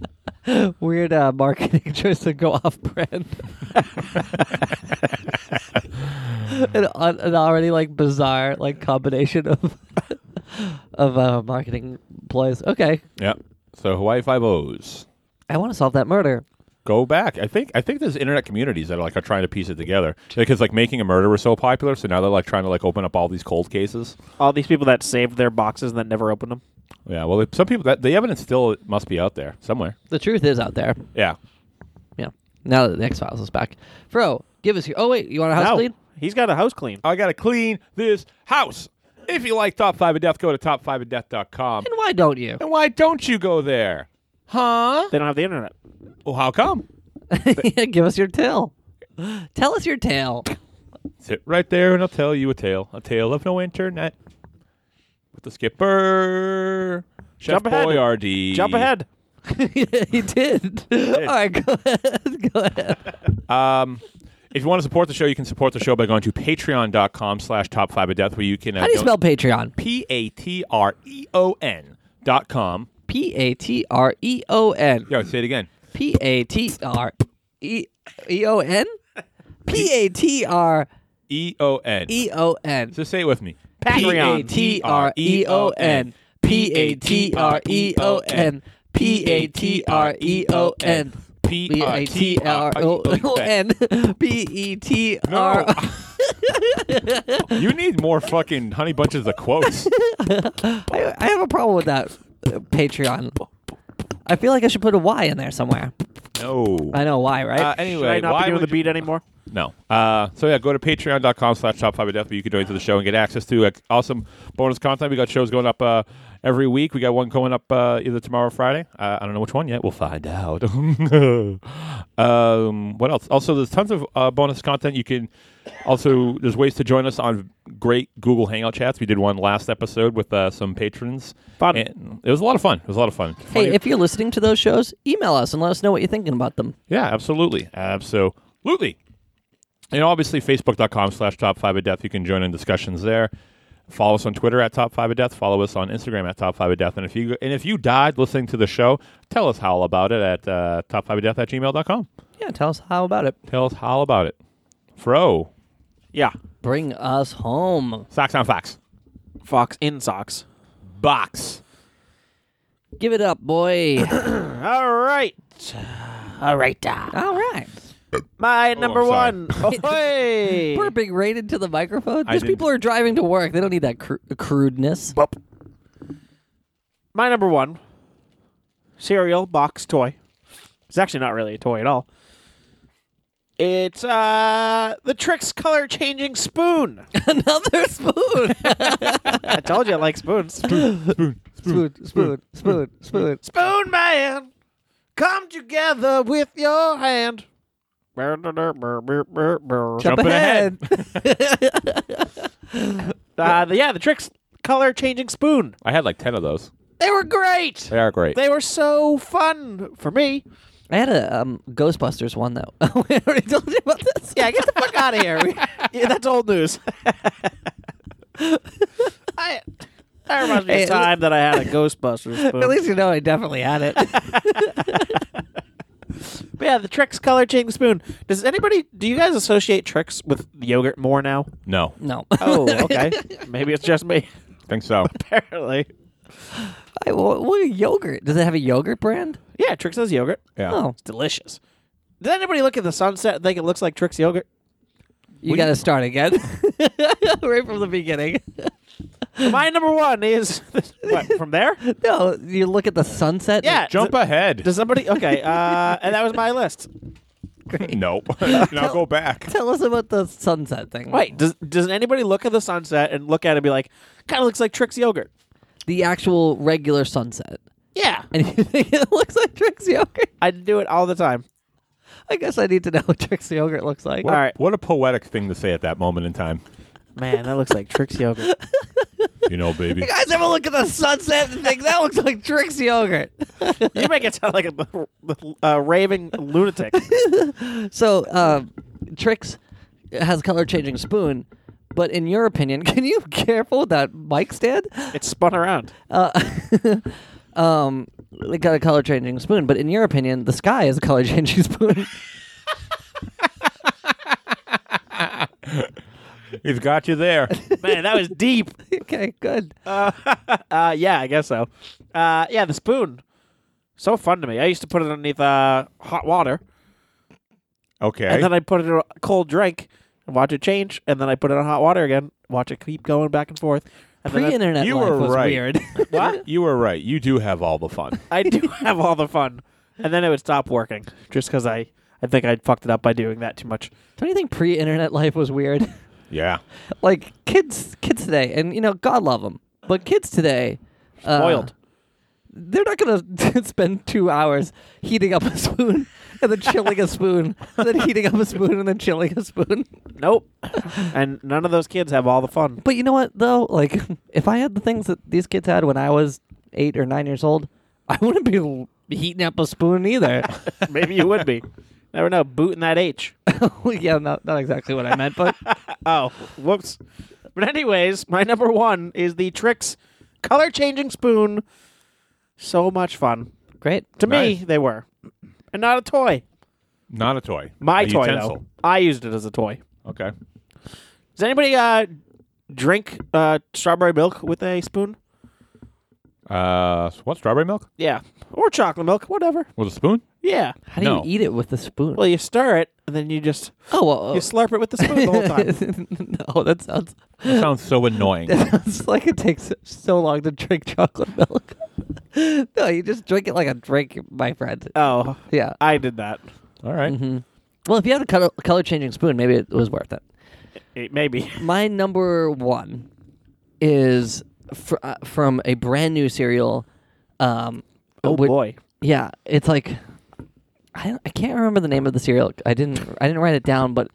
weird uh, marketing choice to go off brand. an, un- an already like bizarre like combination of of uh, marketing ploys. Okay, Yep. So Hawaii Five O's. I want to solve that murder. Go back. I think I think there's internet communities that are like are trying to piece it together because like making a murder was so popular, so now they're like trying to like open up all these cold cases. All these people that saved their boxes and then never opened them. Yeah. Well, some people that the evidence still must be out there somewhere. The truth is out there. Yeah. Yeah. Now that the X Files is back, Fro, give us your. Oh wait, you want a house no, clean? he's got a house clean. I gotta clean this house. If you like Top 5 of Death, go to top5ofdeath.com. And why don't you? And why don't you go there? Huh? They don't have the internet. Well, how come? give us your tale. Tell us your tale. Sit right there and I'll tell you a tale. A tale of no internet. With the skipper. Chef Jump ahead. Boyardee. Jump ahead. he did. All right, go ahead. Go ahead. Um, if you want to support the show, you can support the show by going to patreon.com slash top five of death where you can uh, How do you don- spell Patreon? P-A-T-R-E-O-N E dot com. P A T R E O N. Yo, say it again. P A T R E E O N? P A T R E O N. E O N. So say it with me. P A Patreon. T R E O N. P A T R E O N. P A T R E O N. P B R E A T E T R E O N. B E T R. You need more fucking honey bunches of quotes. I I have a problem with that uh, Patreon. I feel like I should put a Y in there somewhere. No. I know why, right? Uh, Should I anyway, not why be doing would the you- beat anymore? No. Uh, so yeah, go to patreon.com slash top five of death, but you can donate to the show and get access to like, awesome bonus content. We got shows going up uh, every week. We got one going up uh, either tomorrow or Friday. Uh, I don't know which one yet. We'll find out. um, what else? Also, there's tons of uh, bonus content. You can also, there's ways to join us on great Google Hangout chats. We did one last episode with uh, some patrons. Fun. And it was a lot of fun. It was a lot of fun. Funny- hey, if you're listening to those shows, email us and let us know what you're thinking about them. yeah, absolutely. Absolutely. And obviously, facebook.com slash top five of death. You can join in discussions there. Follow us on Twitter at top five of death. Follow us on Instagram at top five of death. And if you and if you died listening to the show, tell us how about it at uh, top five of death at gmail.com. Yeah, tell us how about it. Tell us how about it. Fro. Yeah. Bring us home. Socks on Fox. Fox in socks. Box. Give it up, boy. All right. All right. All right. My number Oh, I'm sorry. one. Oh, Ahoy. We're being rated to the microphone. I These didn't- people are driving to work. They don't need that cru- crudeness. My number one. Cereal box toy. It's actually not really a toy at all. It's uh the Trix color changing spoon. Another spoon. I told you I like spoons. spoon, spoon, spoon, spoon. Spoon man, come together with your hand. Uh, Jump ahead. Uh, the- yeah, the Trix color changing spoon. I had like 10 of those. They were great. They are great. They were so fun for me. I had a um, Ghostbusters one though. we already told you about this. Yeah, get the fuck out of here. We- yeah, that's old news. I, that reminds me Hey, of the time that I had a Ghostbusters spoon. At least you know I definitely had it. But yeah, the Trix color changing spoon. Does anybody, do you guys associate Trix with yogurt more now? no. no. Oh, okay. Maybe it's just me. Think so. Apparently. I, what, what yogurt? Does it have a yogurt brand? Yeah, Trix has yogurt. Yeah. Oh, It's delicious. Did anybody look at the sunset and think it looks like Trix yogurt? you got to start again, right from the beginning. My number one is what, from there? No, you look at the sunset. Yeah. Jump ahead. Does somebody okay, uh, and that was my list. nope. now go back. Tell us about the sunset thing. Wait, does does anybody look at the sunset and look at it and be like, kinda looks like Trix yogurt? the actual regular sunset, Yeah. and you think it looks like Trix yogurt? I do it all the time. I guess I need to know what Trix yogurt looks like. All right. What a poetic thing to say at that moment in time. Man, that looks like Trix yogurt. You know, baby. You guys ever look at the sunset and think that looks like Trix yogurt? You make it sound like a, a raving lunatic. So, um, Trix has color changing spoon, but in your opinion, can you be careful with that mic stand? It's spun around. Uh, um, they got a color changing spoon, but in your opinion, the sky is a color changing spoon. He's got you there. Man, that was deep. okay, good. Uh, yeah, I guess so. Uh, yeah, the spoon. So fun to me. I used to put it underneath uh, hot water, Okay. and then I put it in a cold drink and watch it change, and then I put it in hot water again, watch it keep going back and forth. And then I- Pre-internet You life were was right. weird. What? you were right. You do have all the fun. I do have all the fun, and then it would stop working just because I, I think I fucked it up by doing that too much. Don't you think pre-internet life was weird? yeah. like kids, kids today, and you know, God love them, but kids today, uh, Spoiled. they're not gonna spend two hours heating up a spoon and then chilling a spoon, and then heating up a spoon and then chilling a spoon. Nope. and none of those kids have all the fun. But you know what though? Like, if I had the things that these kids had when I was eight or nine years old, I wouldn't be l- heating up a spoon either. Maybe you would be. Never know. Booting that H. Well, yeah, not not exactly what I meant, but Oh, whoops. But anyways, my number one is the Trix color changing spoon. So much fun. great. To Nice. me, they were. And not a toy. Not a toy. My A toy, utensil. though. I used it as a toy. Okay. Does anybody uh, drink uh, strawberry milk with a spoon? Uh, s- what? Strawberry milk Yeah. Or chocolate milk, whatever. with a spoon? Yeah. How do No. you eat it with a spoon? Well, you stir it, and then you just oh, well, you slurp it with the spoon the whole time. no, that sounds. That sounds so annoying. It's like it takes so long to drink chocolate milk. no, you just drink it like a drink, my friend. Oh, Yeah. I did that. All right. Mm-hmm. Mm-hmm. Well, if you had a color, color changing spoon, maybe it was worth it. Eh, Maybe. My number one is fr- uh, from a brand new cereal. Um, Oh which- boy. Yeah, it's like I, don't- I can't remember the name of the cereal. I didn't I didn't write it down, but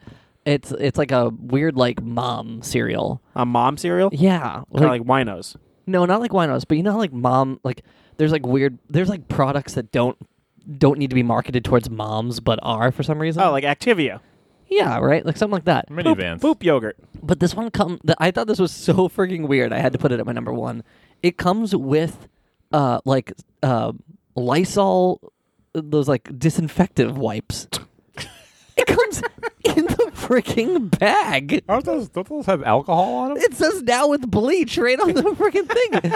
it's it's like a weird like mom cereal. A mom cereal? Yeah, Kind of like winos. no, not like winos, but you know, how, like mom, like there's like weird, there's like products that don't don't need to be marketed towards moms, but are for some reason. Oh, like Activia. yeah, right, like something like that. Minivans. Poop yogurt. But this one come. th- I thought this was so freaking weird. I had to put it at my number one. It comes with, uh, like uh, Lysol, uh, those like disinfectant wipes. it comes in the freaking bag. Aren't those? Don't those have alcohol on them? It says now with bleach right on the freaking thing,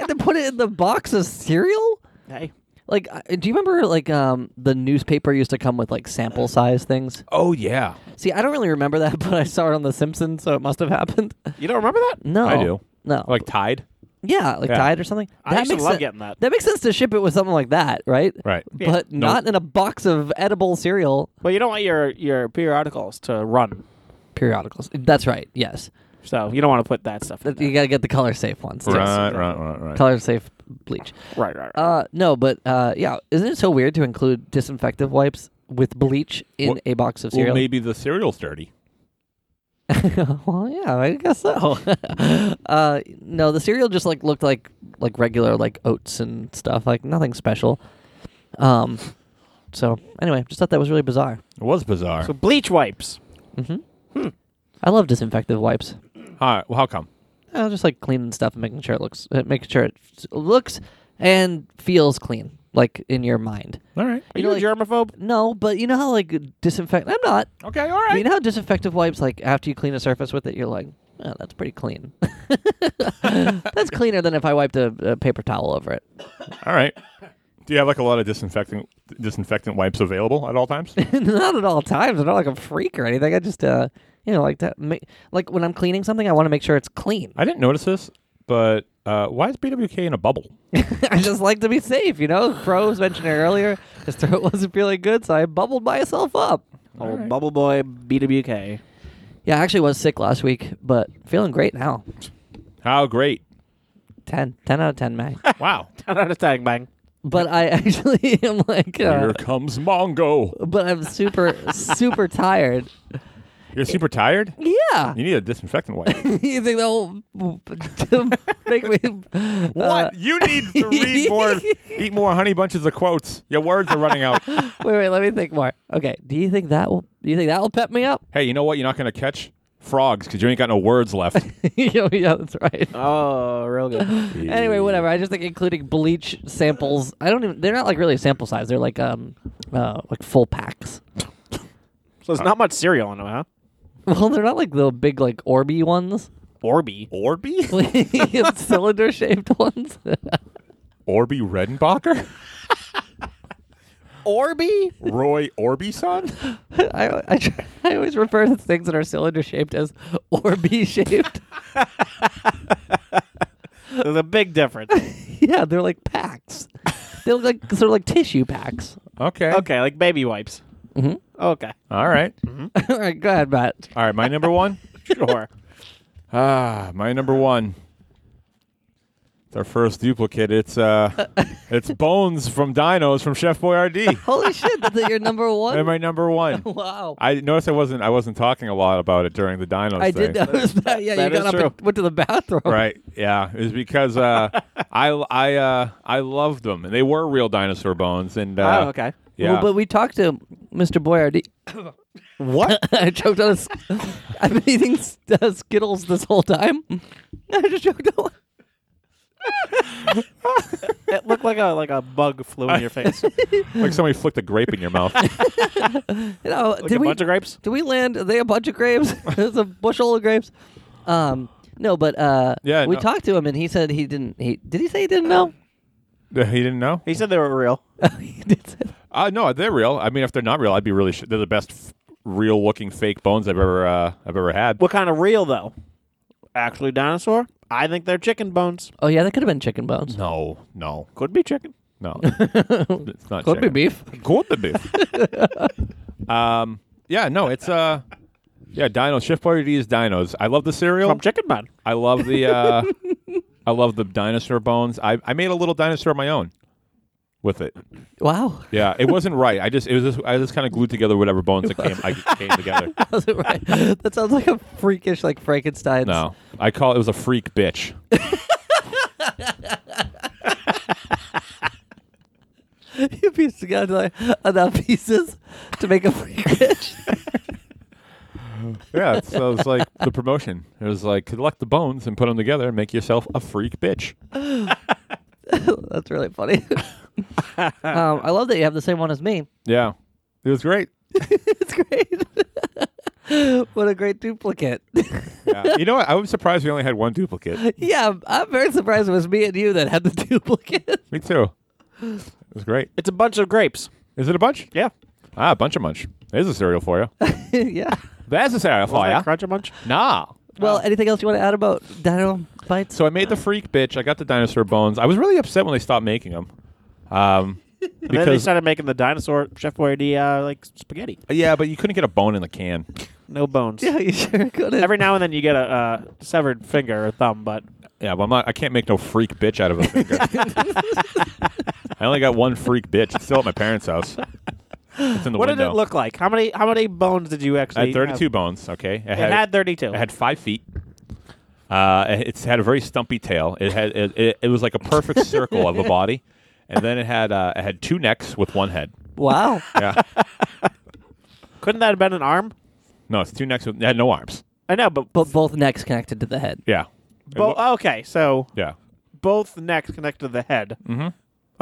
and to put it in the box of cereal. Hey. Like, uh, do you remember like um, the newspaper used to come with like sample size things? Oh yeah, See, I don't really remember that, but I saw it on The Simpsons, so it must have happened. You don't remember that? No, I do. No, like Tide. yeah, like Yeah. Tide or something. I used to makes love sen- getting that. makes sense to ship it with something like that, right? Right. Yeah. But No. not in a box of edible cereal Well, you don't want your your periodicals to run, periodicals. That's right. Yes, so you don't want to put that stuff. In you there. got to get the color safe ones. yes. Right, right, right, right. Color safe bleach. Right, right, right. Uh, no, but uh, yeah, isn't it so weird to include disinfectant wipes with bleach in Well- a box of Well, cereal? maybe the cereal's dirty. well, yeah, I guess so. uh, no, the cereal just like looked like like regular like oats and stuff, like nothing special. Um, so anyway, just thought that was really bizarre. Mm-hmm. It was Uh, bizarre. so bleach wipes. I love disinfectant wipes. Hi. Well, how come? I just like cleaning stuff and making sure it looks, uh, making sure it s- looks and feels clean, like in your mind. All right. Are You you, know, a germaphobe? No, but you know how like disinfect. I'm not. Okay. All But right. You know how disinfectant wipes, like after you clean a surface with it, you're like, oh, that's pretty clean. that's cleaner than if I wiped a, a paper towel over it. All right. Do you have like a lot of disinfectant disinfectant wipes available at all times? not at all times. I'm not like a freak or anything. I just, uh, you know, like that. Ma- like when I'm cleaning something, I want to make sure it's clean. I didn't notice this, but uh, why is BWK in a bubble? I just like to be safe, you know. Crow was mentioned it earlier. His throat wasn't feeling good, so I bubbled myself up. Oh, Bubble Boy BWK. Yeah, I actually was sick last week, but feeling great now. How great! 10. 10 out of 10, man. Wow. Ten out of ten, bang. but I actually am like, uh, Here comes Mongo. but I'm super, super tired. You're super tired. Yeah. You need a disinfectant wipe. you think that'll make me. uh, What? you need to read more, eat more honey bunches of quotes. Your words are running out. wait, wait. Let me think more. Okay. Do you think that will? Do you think that will pep me up? hey, you know what? You're not going to catch frogs because you ain't got no words left. yeah, yeah, that's right. Oh, real good. Anyway, whatever. I just think including bleach samples. I don't even. They're not like really sample size. They're like um, uh, like full packs. so there's not much cereal in them, huh? Well, they're not like the big like Orby ones, Orby. Orby? cylinder shaped ones. Orby Redenbacher? Orby. Roy Orbison? I I, try, I always refer to things that are cylinder shaped as Orby shaped. there's a big difference. yeah, they're like packs. They look like sort of like tissue packs. Okay. Okay, like baby wipes. Mm-hmm. Okay, All right. All right, go ahead, Matt. All right. My number one? sure. Ah, my number one. It's our first duplicate. It's uh, it's Bones from Dinos from Chef Boyardee. Holy shit, that's your number They're one. my number one. wow. I noticed I wasn't I wasn't talking a lot about it during the Dinos. I thing. did notice that. Yeah, that you is got up and went to the bathroom. Right. Yeah. It was because uh, I I uh, I loved them, and they were real dinosaur bones. And uh, oh, okay. Yeah. Well, but we talked to Mr. Boyardee. What? I choked on a. s- I've been eating s- uh, Skittles this whole time. I just choked on. one. it looked like a like a bug flew in your face. like like somebody flicked a grape in your mouth. You know, did a we bunch of grapes. did we land? Are they a bunch of grapes? There's a bushel of grapes. Um, no, but uh, Yeah, we no. talked to him and he said he didn't. He did he say he didn't know? he didn't know. He said they were real. he did say that. Uh, no, they're real. I mean, if they're not real, I'd be really. Sh- they're the best f- real looking fake bones I've ever uh, I've ever had. What kind of real though? Actually, dinosaur. I think they're chicken bones. Oh yeah, that could have been chicken bones. No, no, Could be chicken. no. it's not. Could be chicken. beef. Could be beef. um. Yeah. No. It's uh. Yeah. Dinos. Shift priority is dinos. I love the cereal. From chicken bone. I love the. uh I love the dinosaur bones. I I made a little dinosaur of my own. With it, Wow, yeah, it wasn't right. I just it was just I just kind of glued together whatever bones that came I came together. Was it right? that sounds like a freakish like Frankenstein's. No, I call it was a freak bitch. you piece together like, enough pieces to make a freak dish. Yeah, so it was like the promotion. It was like collect the bones and put them together and make yourself a freak bitch. That's really funny. um, I love that you have the same one as me. Yeah, it was great. It's great. what a great duplicate. Yeah. you know what? I was surprised we only had one duplicate. yeah, I'm, I'm very surprised it was me and you that had the duplicate. Me too. It was great. It's a bunch of grapes. Is it a bunch? Yeah. Ah, a bunch of munch. There's a cereal for you. yeah. There's a cereal for Wasn't that you. Crunch a bunch. Nah. Well, Uh, anything else you want to add about dino bites? So I made the freak bitch. I got the dinosaur bones. I was really upset when they stopped making them. Um, And then they because started making the dinosaur Chef Boyardee uh, like spaghetti. yeah, but you couldn't get a bone in the can. No bones. yeah, you sure could have. Every now and then you get a uh, severed finger or thumb, but Yeah, but I'm not. I can't make no freak bitch out of a finger. I only got one freak bitch. It's still at my parents' house. It's in the what window. did it look like? How many how many bones did you I actually? had 32 have? bones. Okay, I It had It 32. had five feet. Uh, it- it's had a very stumpy tail. It had it, it, it was like a perfect circle of a body, and then it had uh, it had two necks with one head. wow. Yeah, Couldn't that have been an arm? no, it's two necks with it had no arms. I know, but, But both necks connected to the head. Yeah, bo- okay, so yeah, both necks connected to the head. Mm-hmm.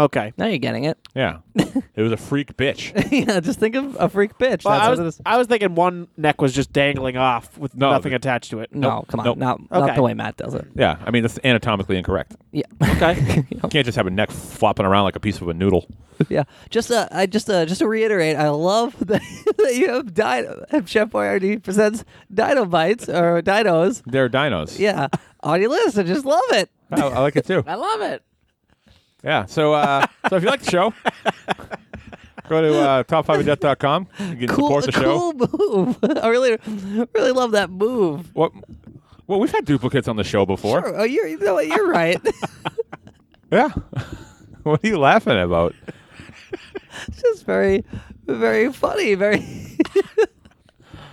Okay. Now you're getting it. yeah. it was a freak bitch. yeah, just think of a freak bitch. Well, That's I what it was is. I was thinking one neck was just dangling off with No, nothing the- attached to it. No, come on. nope. Not, not Okay. the way Matt does it. Yeah, I mean that's anatomically incorrect. Yeah. Okay. You can't just have a neck flopping around like a piece of a noodle. yeah. Just uh, I just uh, just to reiterate, I love that, that you have dino Chef Boyardee presents dino bites or dinos. They're dinos. Yeah. On your list. I just love it. I, I like it too. I love it. Yeah. So uh, so if you like the show, go to uh, top5ofdeath.com. You can Cool, support the show. cool move. I really, really love that move. What? Well, we've had duplicates on the show before. Oh, you're, you know what? You're right. Yeah. what are you laughing about? it's just very, very funny. Very,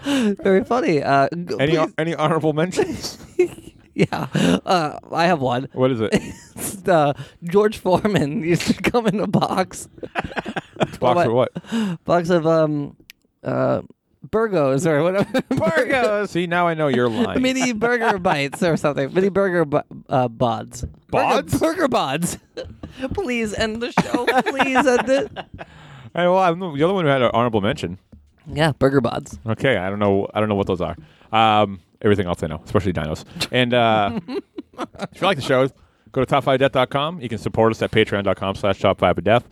very funny. Uh, g- Any please- any honorable mentions? yeah. Uh, I have one. what is it? It's, uh, George Foreman used to come in a box, Box or what? box of um, uh, Burgos or whatever. Burgos. See, now I know you're lying. mini burger bites or something. Mini burger bu- uh, bods. Bods? Burger, burger bods. please end the show. Please end it. All right, well, I'm the other one who had an honorable mention. Yeah, burger bods. Okay, I don't know. I don't know what those are. Um, everything else I know, especially dinos. And uh, if you like the show, go to top5death.com. You can support us at patreon.com slash top5death.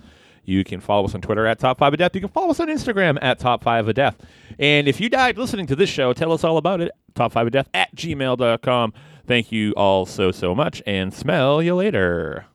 You can follow us on Twitter at top5death. You can follow us on Instagram at top5death. And if you died listening to this show, tell us all about it. Top5death at gmail.com. Thank you all so, so much, and smell you later.